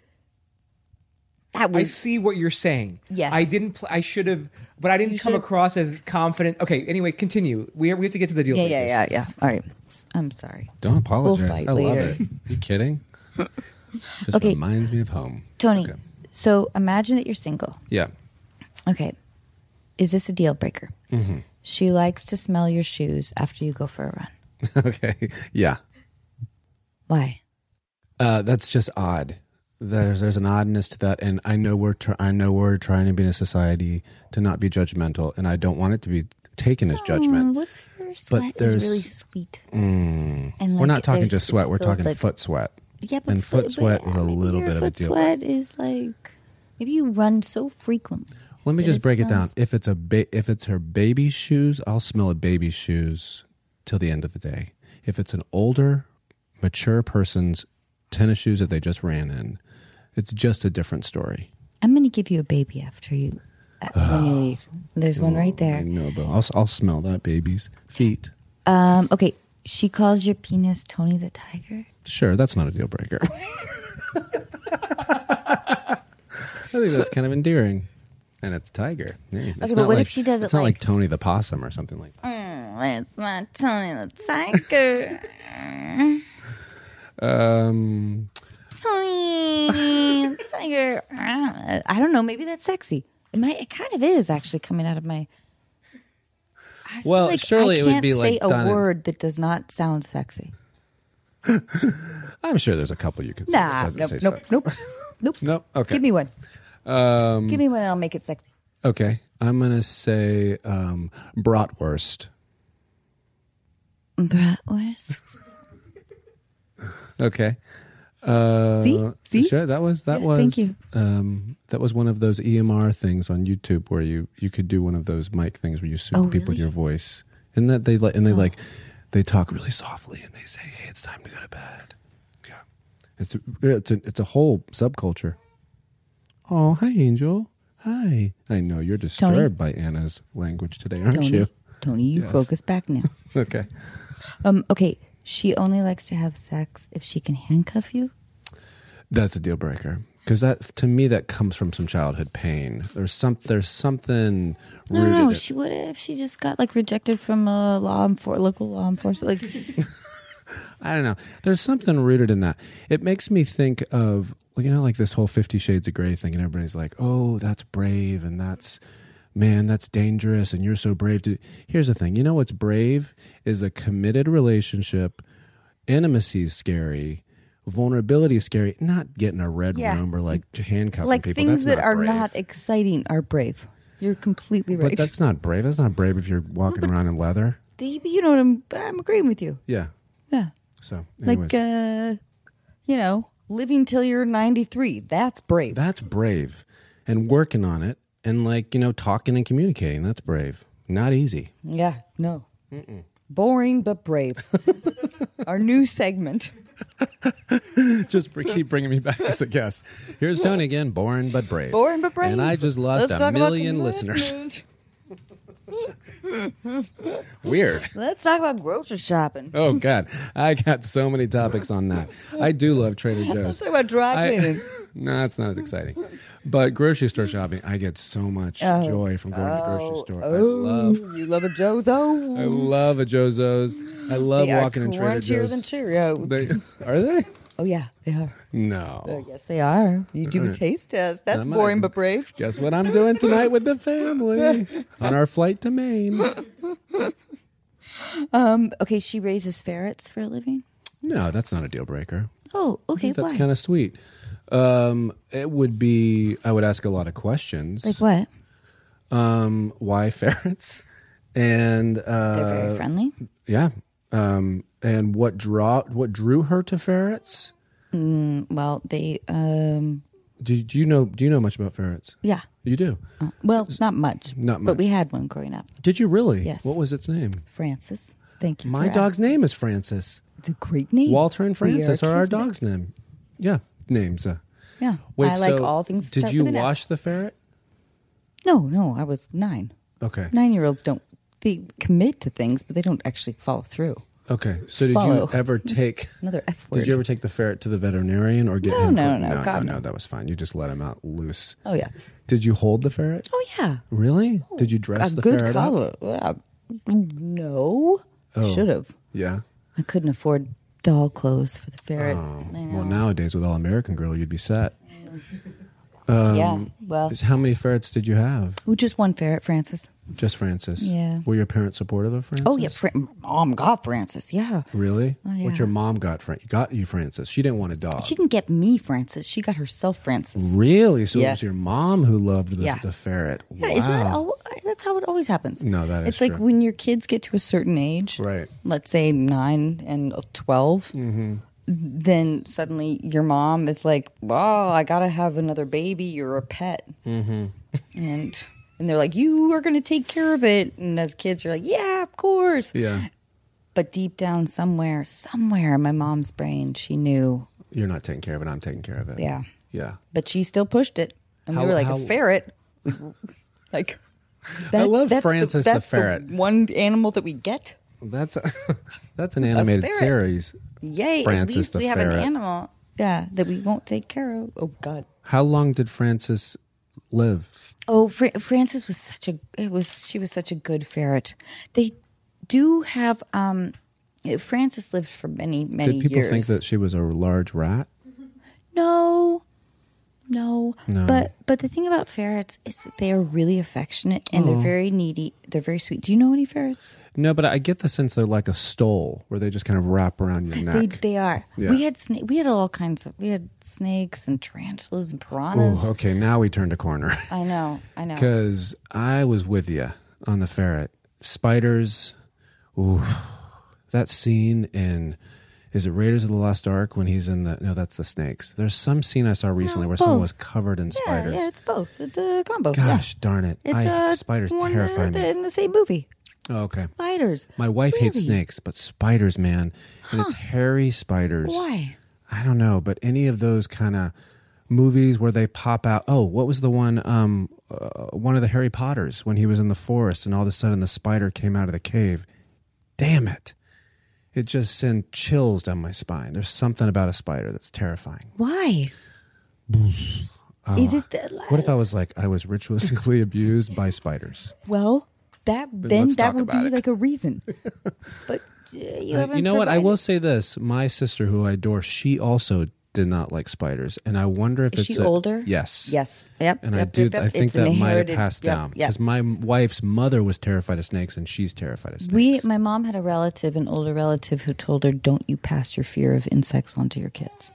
that I was see what you're saying. Yes. I didn't. Pl- I should have, but I didn't come across as confident. Okay. Anyway, continue. We have, we have to get to the deal. yeah breakers. yeah yeah yeah all right i'm sorry Don't apologize. fight I love later. it. You kidding? Just Okay. reminds me of home. tony Okay. so imagine that you're single Yeah. Okay. Is this a deal breaker? Mm-hmm. She likes to smell your shoes after you go for a run. okay. Yeah. Why? Uh, that's just odd. There's there's an oddness to that, and I know we're tr- I know we're trying to be in a society to not be judgmental, and I don't want it to be taken as judgment. What if Hmm, your But sweat is there's- really sweet? And we're like, not talking there's- just sweat. it's We're filled talking with- foot sweat. Yeah, but and foot, foot sweat but, is a maybe little your bit of a foot deal sweat is like maybe you run so frequently. Let me that just break it down. smells- If it's a ba- if it's her baby's shoes, I'll smell a baby's shoes till the end of the day. If it's an older, mature person's tennis shoes that they just ran in, it's just a different story. I'm going to give you a baby after you uh, when you leave. There's one right I there. know, but I'll, I'll smell that baby's feet. Um, okay, she calls your penis Tony the Tiger. Sure, that's not a deal breaker. I think that's kind of endearing. And it's tiger. Yeah, it's but not what if like- she does It's it not like- like Tony the possum or something like that. It's not Tony the Tiger. Um, Tony Tiger. I don't know. Maybe that's sexy. It might. It kind of is actually coming out of my. I feel Well, like Oh, surely I it would can't be, like, say done a in- word that does not sound sexy. I'm sure there's a couple you could say. that Nah, doesn't nope, say nope, sex. nope, nope, Nope. Okay. Give me one. Um, Give me one, and I'll make it sexy. okay. I'm gonna say um, bratwurst. Bratwurst. Okay. Uh, See? See? Sure. That was that Yeah, was. thank you. Um, that was one of those EMR things on YouTube where you you could do one of those mic things where you sync Oh, people with really? Oh. your voice, and that they like and they like they talk really softly and they say, "Hey, it's time to go to bed." Yeah. It's a, it's a, it's a whole subculture. Oh, hi, Angel. Hi. I know you're disturbed by Anna's language today, aren't Tony, you? Tony, you focus back now. Okay. Um. Okay. She only likes to have sex if she can handcuff you. That's a deal breaker because that to me that comes from some childhood pain. There's some there's something No, rooted. no, in- she would if she just got like rejected from a law enfor- local law enforcement. Like, I don't know. There's something rooted in that. It makes me think of you know like this whole Fifty Shades of Grey thing, and everybody's like, "Oh, that's brave," and that's man, that's dangerous and you're so brave. To... Here's the thing you know what's brave is a committed relationship. Intimacy is scary. Vulnerability is scary. Not getting a red Yeah. room or like handcuffing like people. things That's that are brave. not exciting are brave. You're completely right. But that's not brave. That's not brave if you're walking around in leather. They- you know what I'm, I'm agreeing with you. Yeah. Yeah. So, anyways, Like, uh, you know, living till you're 93. That's brave. that's brave, and working on it, and like you know, talking and communicating. That's brave. Not easy. yeah. No. Boring, but brave. Our new segment. just br- keep bringing me back as a guest. Here's Tony again, born but brave. Boring, but brave. And I just lost Let's a talk about million listeners. commitment. Weird. Let's talk about grocery shopping. Oh God, I got so many topics on that. I do love Trader Joe's. Let's talk about dry I- cleaning. no, it's not as exciting. But grocery store shopping, I get so much Oh, joy from going to the grocery store. I love, you love a Joe's. Oh, I love a Jozo's. I love they are walking in Trader crunchier Joe's. than Cheerios. They- are they? oh yeah, they are. No. Oh, yes, they are. You do a right. taste test. That's I'm not- boring but brave. Guess what I'm doing tonight with the family on our flight to Maine? Okay, she raises ferrets for a living. No, that's not a deal breaker. Oh, okay. That's why? kind of sweet. Um, it would be. I would ask a lot of questions. like what? Um, why ferrets? And They're uh, very friendly. yeah. Um, and what draw? What drew her to ferrets? Well, they. um Do, do you know? Do you know much about ferrets? Yeah. You do. Uh, well, not much. Not But we much. had one growing up, Did you really? Yes. What was its name? Francis. Thank you. My for dog's asking. name is Francis. It's a great name. Walter and We are Francis are our kismet. dog's name. Yeah, names. Uh, Yeah. wait, I like so all things. that Did start you with an F. wash the ferret? No, no. I was nine. Okay. Nine-year-olds don't. They commit to things, but they don't actually follow through. Okay. So did Follow. you ever take? Another F word. Did you ever take the ferret to the veterinarian or get No, him? no, put- no, God, no. no, That was fine. You just let him out loose. Oh yeah. Did you hold the ferret? Oh yeah. Really? Did you Oh, A dress the good ferret up? collar. Oh. Uh, No. Should have. Yeah. I couldn't afford doll clothes for the ferret. Well, nowadays with All American Girl, you'd be set. Um, yeah. Well, How many ferrets did you have? we just one ferret, Francis. Just Francis. Yeah. Were your parents supportive of Francis? Oh yeah, Fran- mom got Francis. Yeah. Really? Oh, yeah. What your mom got? Fran- got you Francis? She didn't want a dog. She didn't get me Francis. She got herself Francis. really? So Yes. it was your mom who loved the, Yeah. the ferret. Yeah, wow. isn't that all, that's how it always happens. No, that is It's like true. when your kids get to a certain age, Right. Mm-hmm. Let's say nine and 12 Then suddenly your mom is like, "Wow, I gotta have another baby. You're a pet," mm-hmm. and and they're like, "You are gonna take care of it." And as kids, you're like, "Yeah, of course." yeah. But deep down, somewhere, somewhere in my mom's brain, she knew. You're not taking care of it. I'm taking care of it. Yeah, Yeah. but she still pushed it, and How- we were like a how- ferret, like. That's, love Francis the that's ferret. one animal that we get. That's that's an animated ferret. series. Yay! Francis at least the we have an ferret. animal. Yeah, that we won't take care of. Oh God! How long did Francis live? Oh, Fra- Francis was such a. It was she was such a good ferret. They do have. um Francis lived for many many Did people years. think that she was a large rat? No, no. But but the thing about ferrets is that they are really affectionate and Oh. they're very needy. They're very sweet. Do you know any ferrets? No, but I get the sense they're like a stole where they just kind of wrap around your neck. They, they are. Yeah. We had sna- we had all kinds of we had snakes and tarantulas and piranhas. oh, okay. Now we turned a corner I know. I know. because I was with you on the ferret spiders. Ooh, that scene in is it Raiders of the Lost Ark when he's in the no, that's the snakes. There's some scene I saw recently where someone both. was covered in Yeah, spiders. yeah, it's both. It's a combo. yeah. Gosh darn it! It's I, uh, spiders one of terrify the- me. in the same movie. Oh, okay. Spiders. My wife hates Really? snakes, but spiders, man, and it's hairy spiders. Why? I don't know, but any of those kind of movies where they pop out. Oh, what was the one? Um, uh, one of the Harry Potters when he was in the forest, and all of a sudden the spider came out of the cave. Damn it! It just sent chills down my spine. There's something about a spider that's terrifying. Why? Is it that? Ah. What if I was like I was ritualistically abused by spiders? well, that then let's that talk would be about it. like a reason. but uh, you Uh, haven't. you know what? I provided- will say this: my sister, who I adore, she also did not like spiders, and I wonder if Is it's she a- older? Yes. Yes. Yep. And I Yep, do. yep, yep. I think It's an that might have inherited- passed yep, down yep. because my wife's mother was terrified of snakes, and she's terrified of snakes. We, my mom had a relative, an older relative, who told her, "Don't you pass your fear of insects onto your kids,"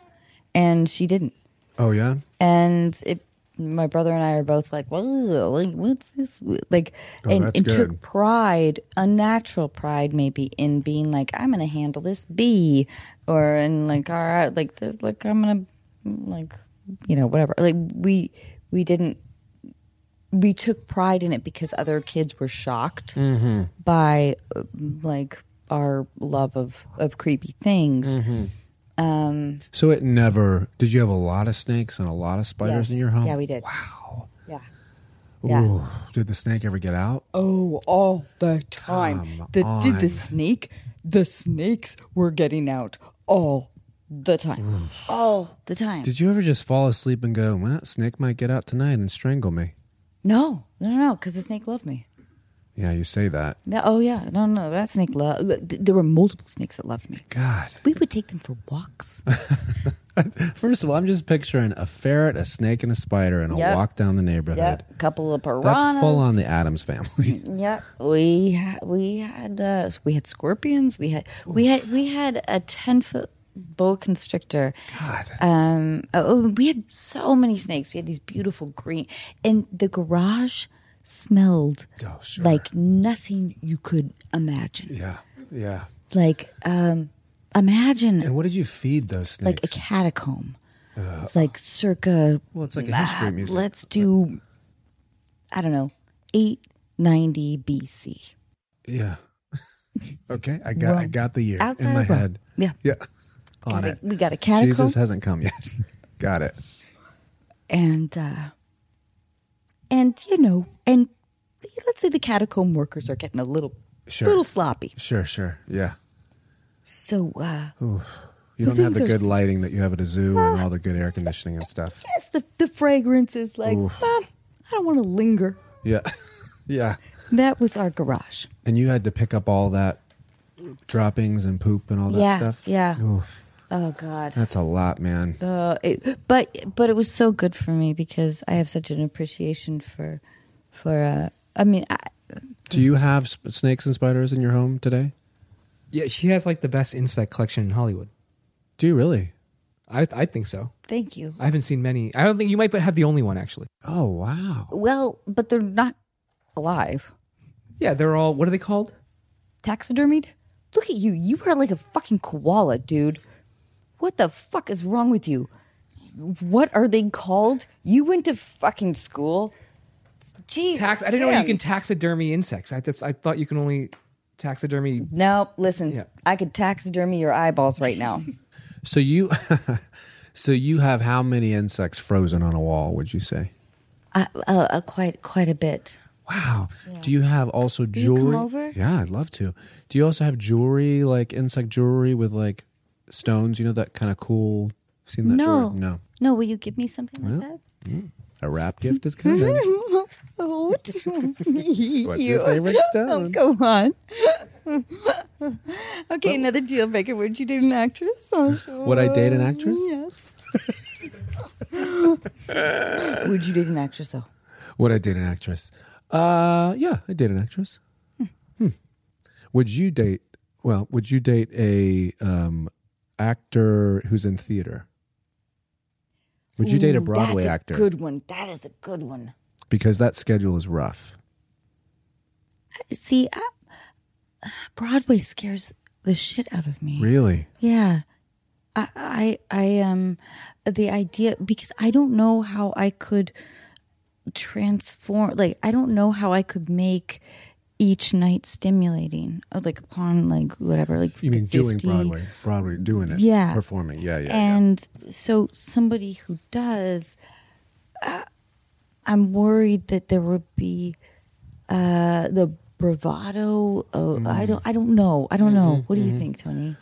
and she didn't. oh yeah, And it, my brother and I are both like, "Whoa, like, what's this?" Like, and, Oh, that's and good. took pride, unnatural pride, maybe, in being like, "I'm going to handle this bee," or and like, "All right, like this, like I'm going to, like, you know, whatever." Like we, we didn't. We took pride in it because other kids were shocked Mm-hmm. by uh, like our love of of creepy things. Mm-hmm. So it never. Did you have a lot of snakes and a lot of spiders Yes. in your home? Yeah, we did. Wow. Yeah. Yeah. Ooh, did the snake ever get out? Oh, all the time. Come The, Did on. the snake? The snakes were getting out all the time. all the time. Did you ever just fall asleep and go, "Well, snake might get out tonight and strangle me"? no, no, no, because the snake loved me. Yeah, you say that. No, oh yeah, no, no, that snake loved. There were multiple snakes that loved me. God. We would take them for walks. First of all, I'm just picturing a ferret, a snake, and a spider, and a Yep. walk down the neighborhood. yep, couple of piranhas. That's full on the Adams family. Yeah, we ha- we had uh, we had scorpions. We had we had we had a ten foot boa constrictor. God. Um. Oh, oh, we had so many snakes. We had these beautiful green, and the garage smelled like nothing you could imagine. yeah, yeah. Like, um, imagine And what did you feed those snakes? like a catacomb, like circa. ah, well, it's like a history museum. Let's do, I don't know, eight ninety BC. yeah. okay, I got I Rome. got the year Outside in my of Rome. head. Yeah. Yeah. On Got a- it. we got a catacomb. Jesus hasn't come yet. got it. and uh, and you know, and let's say the catacomb workers are getting a little Sure. little sloppy. Sure, sure. Yeah. So uh, You So don't have the things are good s- lighting that you have at a zoo and all the good air conditioning and stuff. yes, the the fragrance is like, "Mom, I don't want to linger. Yeah. yeah. That was our garage. And you had to pick up all that droppings and poop and all that yeah, stuff. yeah. Oof, Oh God. that's a lot, man. Uh, it, but but it was so good for me because I have such an appreciation for for. Uh, I mean, I, Do you have sp- snakes and spiders in your home today? Yeah, she has like the best insect collection in Hollywood. Do you really? I I think so. thank you. I haven't seen many. I don't think you might have the only one actually. Oh, wow. Well, but they're not alive. Yeah, they're all. What are they called? taxidermied? Look at you. You are like a fucking koala, dude. What the fuck is wrong with you? What are they called? You went to fucking school. Jesus. Tax. I didn't know you Sam. can taxidermy insects. I just I thought you can only taxidermy. No, listen. Yeah. I could taxidermy your eyeballs right now. So you so you have how many insects frozen on a wall, would you say? uh, uh, uh, quite, quite a bit. Wow. Do you have also you jewelry? come over? Yeah, I'd love to. Do you also have jewelry, like insect jewelry with like stones? You know that kind of cool. Seen that No, jewelry? No. no. Will you give me something like that? A wrap gift is coming. Oh, to me. What's your favorite Oh, stone? go on. okay, another deal breaker. Would you date an actress? Oh, sure. Oh. Would I date an actress? Yes. Would you date an actress though? Would I date an actress? Uh, yeah, I date an actress. Hmm. Would you date? Well, would you date a um actor who's in theater? Would you date a Ooh, Broadway that's actor? A good one. That is a good one. because that schedule is rough. See, I, Broadway scares the shit out of me. Really? Yeah. I I I um the idea because I don't know how I could transform like I don't know how I could make each night stimulating uh, like upon like whatever like You mean doing 50. Broadway? Broadway doing it? Yeah. Performing? Yeah, yeah. yeah. and so somebody who does uh, I'm worried that there would be uh the bravado of, Mm. I don't I don't know I don't Mm-hmm, know what do you think Tony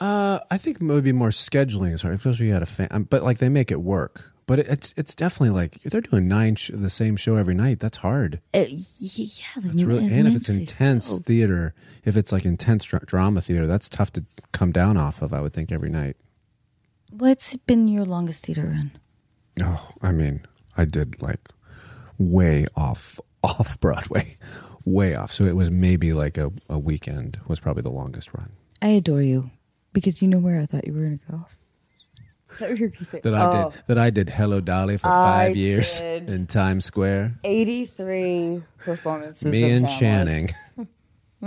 Uh, I think maybe more scheduling is hard, especially if you had a fan. um, But like they make it work. But it, it's it's definitely like if they're doing nine sh- the same show every night. That's hard. Uh, y- yeah That's really and if it's intense Oh, theater, if it's like intense dra- drama theater, that's tough to come down off of. I would think every night. What's been your longest theater run? Oh, I mean, I did like way off off Broadway, way off. So it was maybe like a, a weekend was probably the longest run. I adore you because you know where I thought you were going to go. I thought you were going to say That I did that I did Hello Dolly for Oh. I five years did. in Times Square. 83 performances. Me of and Hamlet. Channing.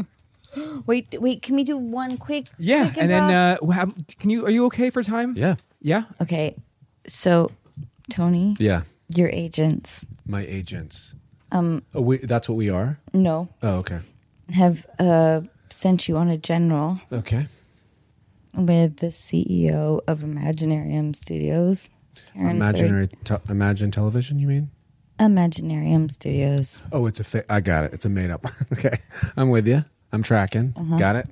Wait, wait, can we do one quick? Yeah, quick and then improv? uh, how- can you? Are you okay for time? Yeah. Yeah. okay, so Tony, Yeah. your agents, My agents. Um oh, we, that's what we are? no, Oh, okay. have uh, sent you on a general Okay. with the CEO of Imaginarium Studios. Karen Imaginary te- imagine television, you mean? Sard- Imaginarium Studios. Oh, it's a fa- I got it. It's a made up. okay. I'm with you. I'm tracking. Got it.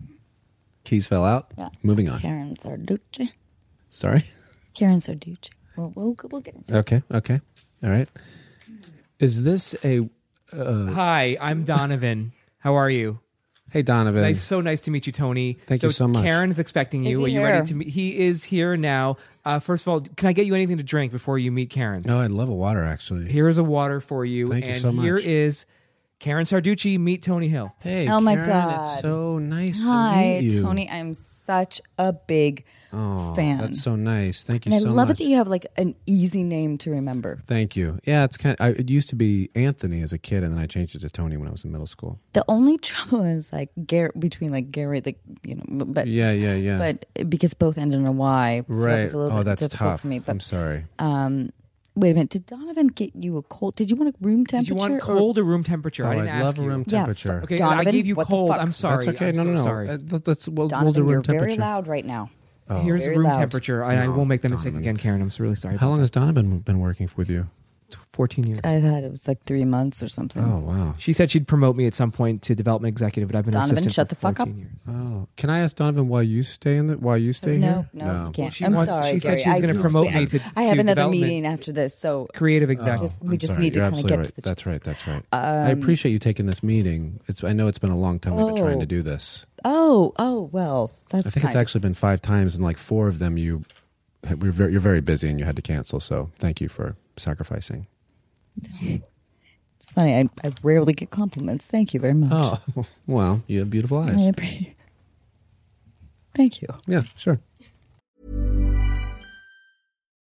Keys fell out. Uh-huh. Yeah. Moving on. Karen Sarducci. Sorry. Karen Sarducci. Well, we'll, we'll get into Okay. Okay. All right. Is this a Hi, I'm Donovan. How are you? Hey Donovan. Nice, so nice to meet you, Tony. Thank so you so much. Karen's expecting you. Is Are he you here? ready to meet? He is here now. Uh, first of all, can I get you anything to drink before you meet Karen? No, Oh, I love a water actually. Here is a water for you. Thank you and so much. here is Karen Sarducci. Meet Tony Hill. Hey, Oh, my Karen, It's God. so nice Hi, to meet you. Tony. I'm such a big fan. That's so nice. Thank you and I so love much. it that you have like an easy name to remember. Thank you. Yeah, it's kind. I, it used to be Anthony as a kid, and then I changed it to Tony when I was in middle school. The only trouble is like Gar- between like Gary, like you know, but Yeah, yeah, yeah. but because both end in a Y, so that right. was a little oh, bit that's difficult tough. for me. But I'm sorry. um, wait a minute, did Donovan get you a cold? Did you want a room Did you want temperature? or- cold or room temperature? I oh, didn't I'd ask love a you. room Yeah, temperature. fuck. Okay, I Donovan, gave you what the cold. fuck? I'm sorry. That's okay. I'm no, no, so no. Sorry. Uh, let- let's we'll, we'll do Donovan, room you're temperature. very loud right now. Here's Very room loud. temperature. I, I No, won't make that mistake Donovan. again, Karen. I'm really sorry. How long has Donovan been working with you? 14 years. I thought it was like three months or something. Oh wow. She said she'd promote me at some point to development executive, but I've been her Donovan, assistant shut for the fuck up. 14 years. Oh, can I ask Donovan why you stay in the why you stay no, here? no, you can't. she I'm wants- sorry. she said Gary. she was I gonna just- promote me I- to- I have to another development. Oh, meeting after this, so Creative executive. just we I'm just sorry. need to You're kind of absolutely get right. to the. Um, That's right. That's right. I appreciate you taking this meeting. It's I know it's been a long time we've been trying Oh. to do this. Oh, oh well, that's. I think it's kind. actually been five times, and like four of them you we're very, you're very busy and you had to cancel. So thank you for sacrificing. It's funny. I, I rarely get compliments. Thank you very much. Oh, Oh, well, you have beautiful I eyes. appreciate. Thank you. Yeah, sure.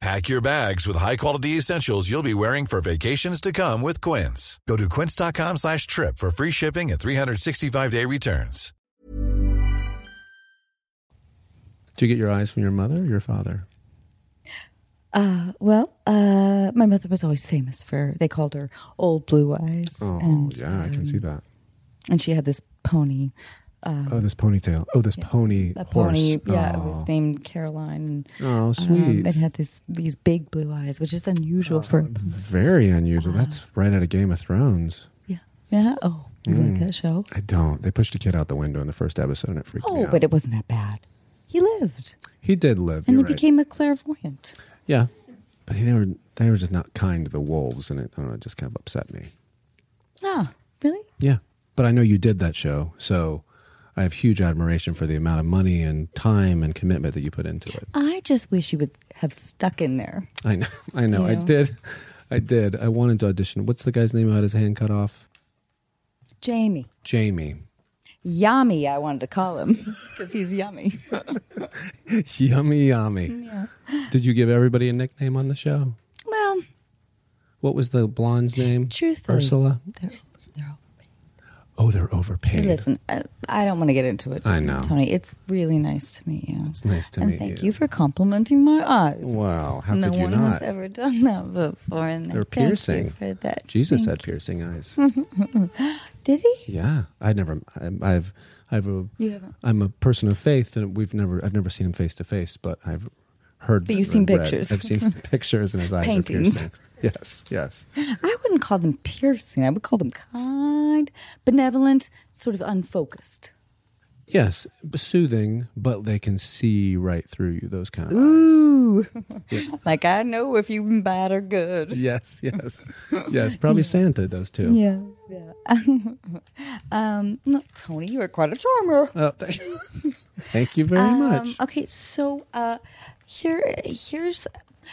Pack your bags with high-quality essentials you'll be wearing for vacations to come with Quince. Go to quince.com slash trip for free shipping and 365-day returns. Do you get your eyes from your mother or your father? Uh, well, uh, my mother was always famous for. They called her Old Blue Eyes. Oh, and, um, yeah, I can see that. And she had this pony. Oh, this ponytail. Oh, this pony That horse. pony, yeah, it oh. was named Caroline. and, Oh, Um, sweet. it had this these big blue eyes, which is Oh, unusual for. Very unusual. That's right out of Game of Thrones. Yeah. Yeah. Oh, you Mm. like that show? I don't. They pushed a kid out the window in the first episode, and it freaked me Oh, out. but it wasn't that bad. He lived, he did live. and you're he right. became a clairvoyant. yeah, but they were they were just not kind to the wolves, and it I don't know, it just kind of upset me. Ah, really? Yeah, but I know you did that show, so I have huge admiration for the amount of money and time and commitment that you put into it. I just wish you would have stuck in there. I know. I know. I Yeah. did. I did. I wanted to audition. What's the guy's name who had his hand cut off? Jamie. Jamie. Yummy, I wanted to call him because he's yummy. yummy, yummy. Did you give everybody a nickname on the show? Well, What was the blonde's name? truthfully, Ursula. They're, they're all, oh, they're overpaid. Listen, I, I don't want to get into it. I know. Tony. It's really nice to meet you. It's nice to and meet thank you. you for complimenting my eyes. Wow, how no could you one not? has ever done that before. And They're I thank you piercing. for that. Jesus Thank- had piercing eyes. Hmm. Did he? yeah, I never. I, I've. I've. A, You haven't. I'm a person of faith, and we've never. I've never seen him face to face, but I've heard. But and you've seen read. pictures. I've seen pictures, and his eyes Paintings. are piercing. Yes, yes. I wouldn't call them piercing. I would call them kind, benevolent, sort of unfocused. Yes, b- soothing, but they can see right through you. Those kind of Ooh. like I know if you've been bad or good. eyes. Yes, yes, yes. Probably Santa does too. Yeah. Yeah. um, no, Tony, you are quite a charmer. Oh, thank, thank you very Um, much. okay, so uh, here, here's.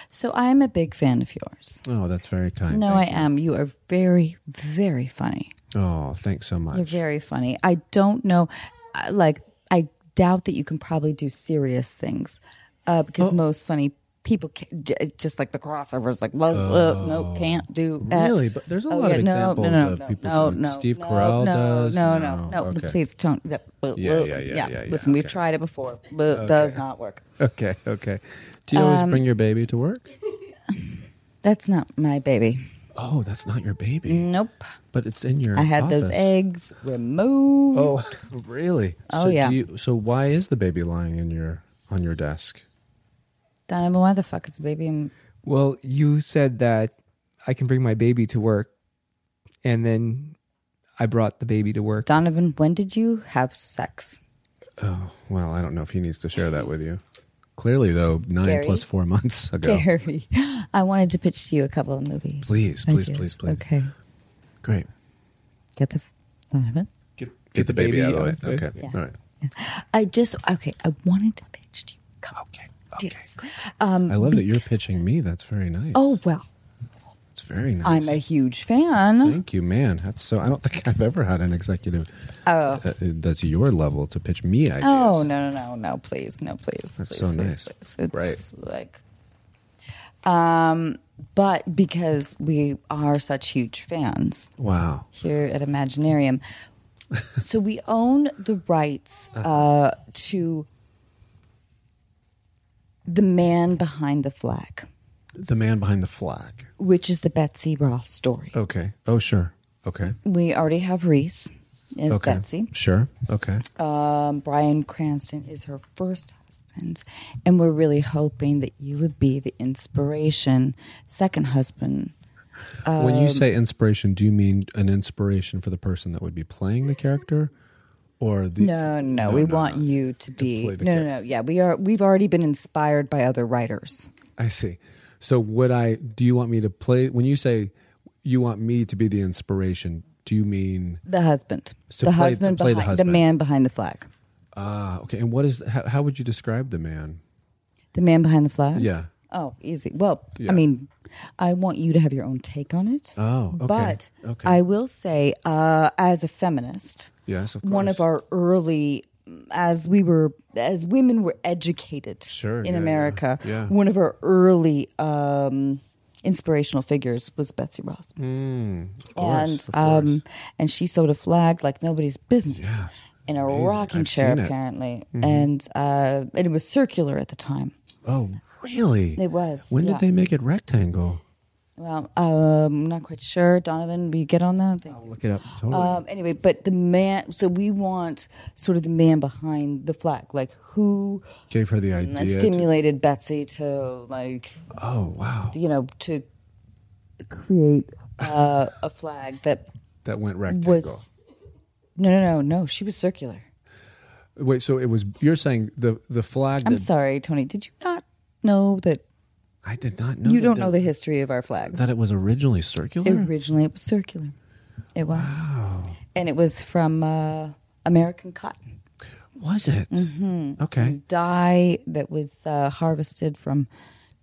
So I'm a big fan of yours. Oh, that's very kind. no, I Thank am. You are very, very funny. you. Oh, thanks so much. You're very funny. I don't know, I- like I doubt that you can probably do serious things, uh, Oh. because most funny people ca j- just like the crossovers, like blah, blah, no, can't do. uh, Oh. Really? But there's a oh, lot yeah, of no, examples no, no, of no, people No, doing- no, Steve no, Corell no, does? No, no, no, No, okay. please don't. Yeah, Yeah, yeah, yeah, yeah, yeah, Listen, we've okay. tried it before, but it does not work. Okay, okay. Do you always Um, bring your baby to work? That's not my baby. Oh, that's not your baby, Nope. but it's in your. Mm. I had office. those eggs removed. Oh, really? Oh, so yeah. Do you, so why is the baby lying in your on your desk? Donovan, why the fuck is the baby? in- Well, you said that I can bring my baby to work, and then I brought the baby to work. Donovan, when did you have sex? Oh, Well, I don't know if he needs to share that with you. Clearly, though, nine Gary? plus four months ago. Gary, I wanted to pitch to you a couple of movies. Please, please, Ideas. please, please. Okay, Great. get the f- Donovan. Get, Get the baby, out of the way. Okay. All right. I just okay. I wanted to pitch to you. Come okay. I love that you're pitching me. That's very nice. Um, Oh well, it's very nice. I'm a huge fan. Thank you, man. That's so. I don't think I've ever had an executive uh, that's your level to pitch me ideas. Oh no no no no! Please no please. That's please, so please, nice. Please. It's like, um, but because we are such huge fans, Wow. here at Imaginarium. so we own the rights Uh-huh. uh, to the man behind the flag, The man behind the flag. which is the Betsy Ross story. Okay. Oh, sure. Okay. We already have Reese as Okay. Betsy. Sure. Okay. Um, Brian Cranston is her first husband, and we're really hoping that you would be the inspiration, second husband. when you say inspiration, do you mean an inspiration for the person that would be playing the character, or the? No, no, we no, want no. you to be. play the no, no, char- no. Yeah, we are. We've already been inspired by other writers. I see. So would I? Do you want me to play? When you say you want me to be the inspiration, do you mean? The husband. So the play- to husband play the behind husband. man behind the flag. Ah, okay. And what is? How, how would you describe the man? The man behind the flag? Yeah. Oh, easy. Well, Yeah. I mean, I want you to have your own take on it. Oh, okay. But Okay. I will say, uh, as a feminist, Yes, of course. one of our early as we were as women were educated Sure, in yeah, America, yeah, yeah. one of our early um, inspirational figures was Betsy Ross. course, and Hmm, of um and she sewed a flag like nobody's business Yeah. in a Amazing. rocking I've chair seen it. Mm-hmm. apparently. And uh and it was circular at the time. Oh, really? It was, When yeah. did they make it rectangle? Well, um, I'm not quite sure. Donovan, will you get on that? Look it up. Um, anyway, but the man, so we want sort of the man behind the flag, like who Gave mm, her the idea. to- stimulated Betsy to, like, oh, wow. you know, to create uh, a flag that That went rectangle. was. No, no, no, no. She was circular. Wait, so it was you're saying the the flag I'm that sorry, Tony. Did you not know that I did not know you that don't the- know the history of our flag? that it was originally circular? Originally, it was circular. It was, and it was from uh, American cotton was it? Mm-hmm. Okay. dye that was uh, harvested from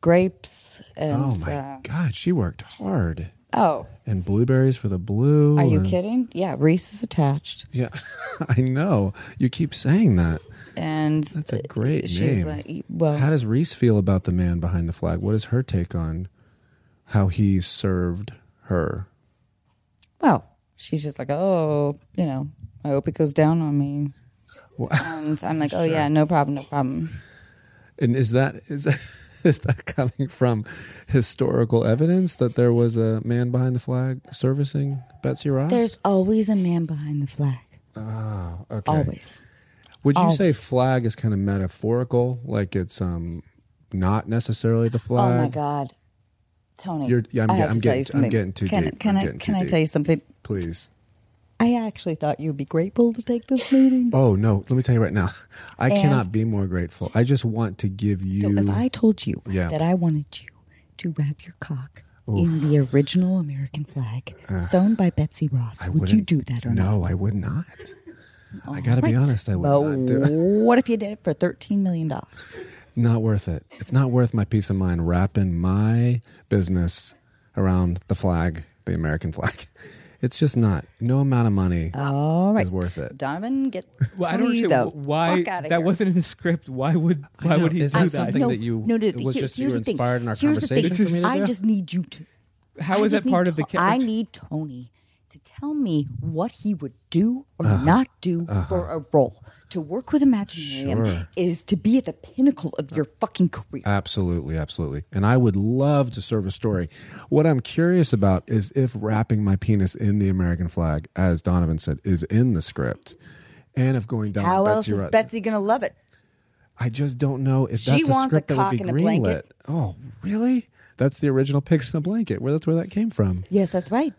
grapes. And Oh my uh, god, she worked hard. oh, And blueberries for the blue. are you and- kidding? Yeah, Reese is attached, Yeah. I know. You keep saying that. and That's a great she's name. like, well, How does Reese feel about the man behind the flag? What is her take on how he served her? well, she's just like, oh, you know, I hope it goes down on me. And I'm like, oh yeah, no problem, no problem. And is that is that, is that coming from historical evidence that there was a man behind the flag servicing Betsy Ross? There's always a man behind the flag. Ah, okay. Always. Would you say flag is kind of metaphorical, like it's um not necessarily the flag? oh my God, Tony. You're- yeah, I'm I get- have I'm to tell getting- you I'm something. getting too can, deep. Can I'm I getting too can I deep. tell you something? Please. I actually thought you'd be grateful to take this meeting. Oh no, let me tell you right now. I And- cannot be more grateful. I just want to give you So if I told you Yeah. that I wanted you to wrap your cock in the original American flag sewn by Betsy Ross, I would you wouldn't- do that or not? Oh No, I would not. I got to be honest, I would But not do it. what if you did it for thirteen million dollars? Not worth it. It's not worth my peace of mind wrapping my business around the flag, the American flag. It's just not. No amount of money. All right, worth it. Donovan, get Well, I don't free, understand though. wh- why Fuck outta that here. wasn't in the script. Why would I why know. would he Is do that that? something that you- it was just you here's were the thing. inspired in our here's The thing. conversation for me to I do? just need you to. How I is just that need part of the To- I character? need Tony to tell me what he would do or Uh-huh. not do for a role. To work with Imaginarium Sure. is to be at the pinnacle of your fucking career. Absolutely, absolutely. And I would love to serve a story. What I'm curious about is if wrapping my penis in the American flag, as Donovan said, is in the script. And if going down How else Betsy is Ross- Betsy gonna love it? I just don't know if She that's a wants a script that would cock be and a blanket. greenlit. Oh, really? That's the original Pigs in a Blanket. Where that's where that came from. Yes, that's right.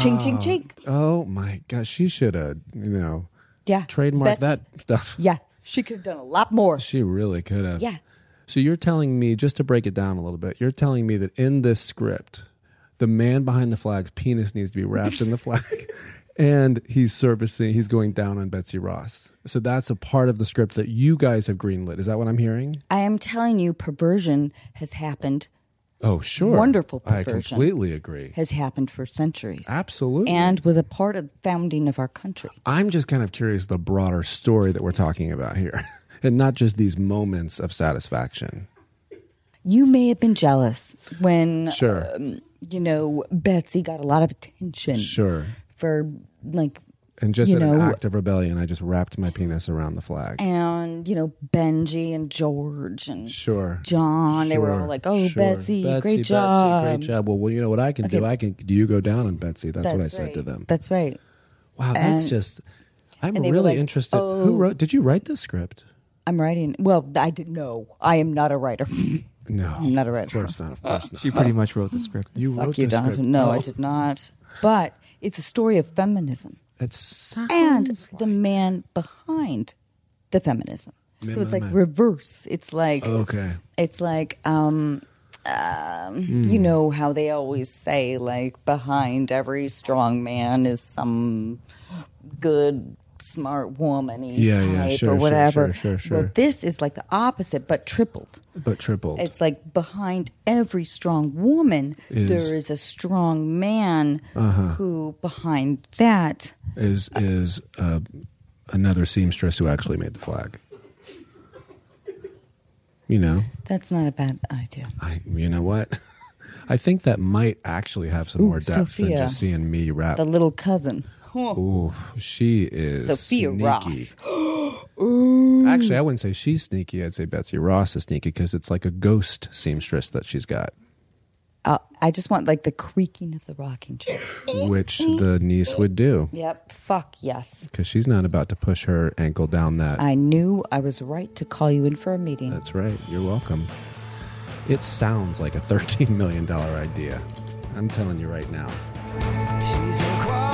ching, ching, ching. Oh my gosh, she should have, you know, Yeah, trademarked Betsy- that stuff. Yeah, she could have done a lot more. She really could have. Yeah. So you're telling me, just to break it down a little bit, you're telling me that in this script, the man behind the flag's penis needs to be wrapped in the flag. And he's servicing, he's going down on Betsy Ross. So that's a part of the script that you guys have greenlit. Is that what I'm hearing? I am telling you, perversion has happened Oh, sure. Wonderful I perversion. completely agree. has happened for centuries. Absolutely. And was a part of the founding of our country. I'm just kind of curious the broader story that we're talking about here and not just these moments of satisfaction. You may have been jealous when, Sure. you know, Betsy got a lot of attention sure. for like, And just you in an know- act of rebellion, I just wrapped my penis around the flag. and, you know, Benji and George and Sure. John. They were Sure. all like, oh, Sure. Betsy, great Betsy, job. great job. Well, well, you know what I can do? Okay. I can do you go down on Betsy. That's, what I That's said to right. them. That's right. Wow, that's just I'm and they were really like, interested. "Oh." Who wrote did you write this script? I'm writing. Well, I didn't know. I am not a writer. No. I'm not a writer. Of course not. Of course not. She pretty much wrote the script. You Fuck wrote you, this script. Donovan. No, I did not. But it's a story of feminism. It sounds and the man behind the feminism. so it's like reverse. It's like Okay. It's like um, um Hmm. you know how they always say like behind every strong man is some good smart woman Yeah, type yeah, sure, or sure, whatever. sure, sure, sure. But this is like the opposite, but tripled. but tripled. It's like behind every strong woman, Is- Uh-huh. there is a strong man who behind that. is is uh, another seamstress who actually made the flag. You know, That's not a bad idea. I you know what? I think that might actually have some Ooh, more depth than Sophia. just seeing me rap. The little cousin. Ooh, she is Sophia sneaky. Ross. Actually, I wouldn't say she's sneaky. I'd say Betsy Ross is sneaky because it's like a ghost seamstress that she's got, Uh, I just want like the creaking of the rocking chair. which the niece would do yep. Fuck yes. because she's not about to push her ankle down that I knew I was right to call you in for a meeting. That's right. You're welcome. It sounds like a $13 million idea. I'm telling you right now. She's a quality.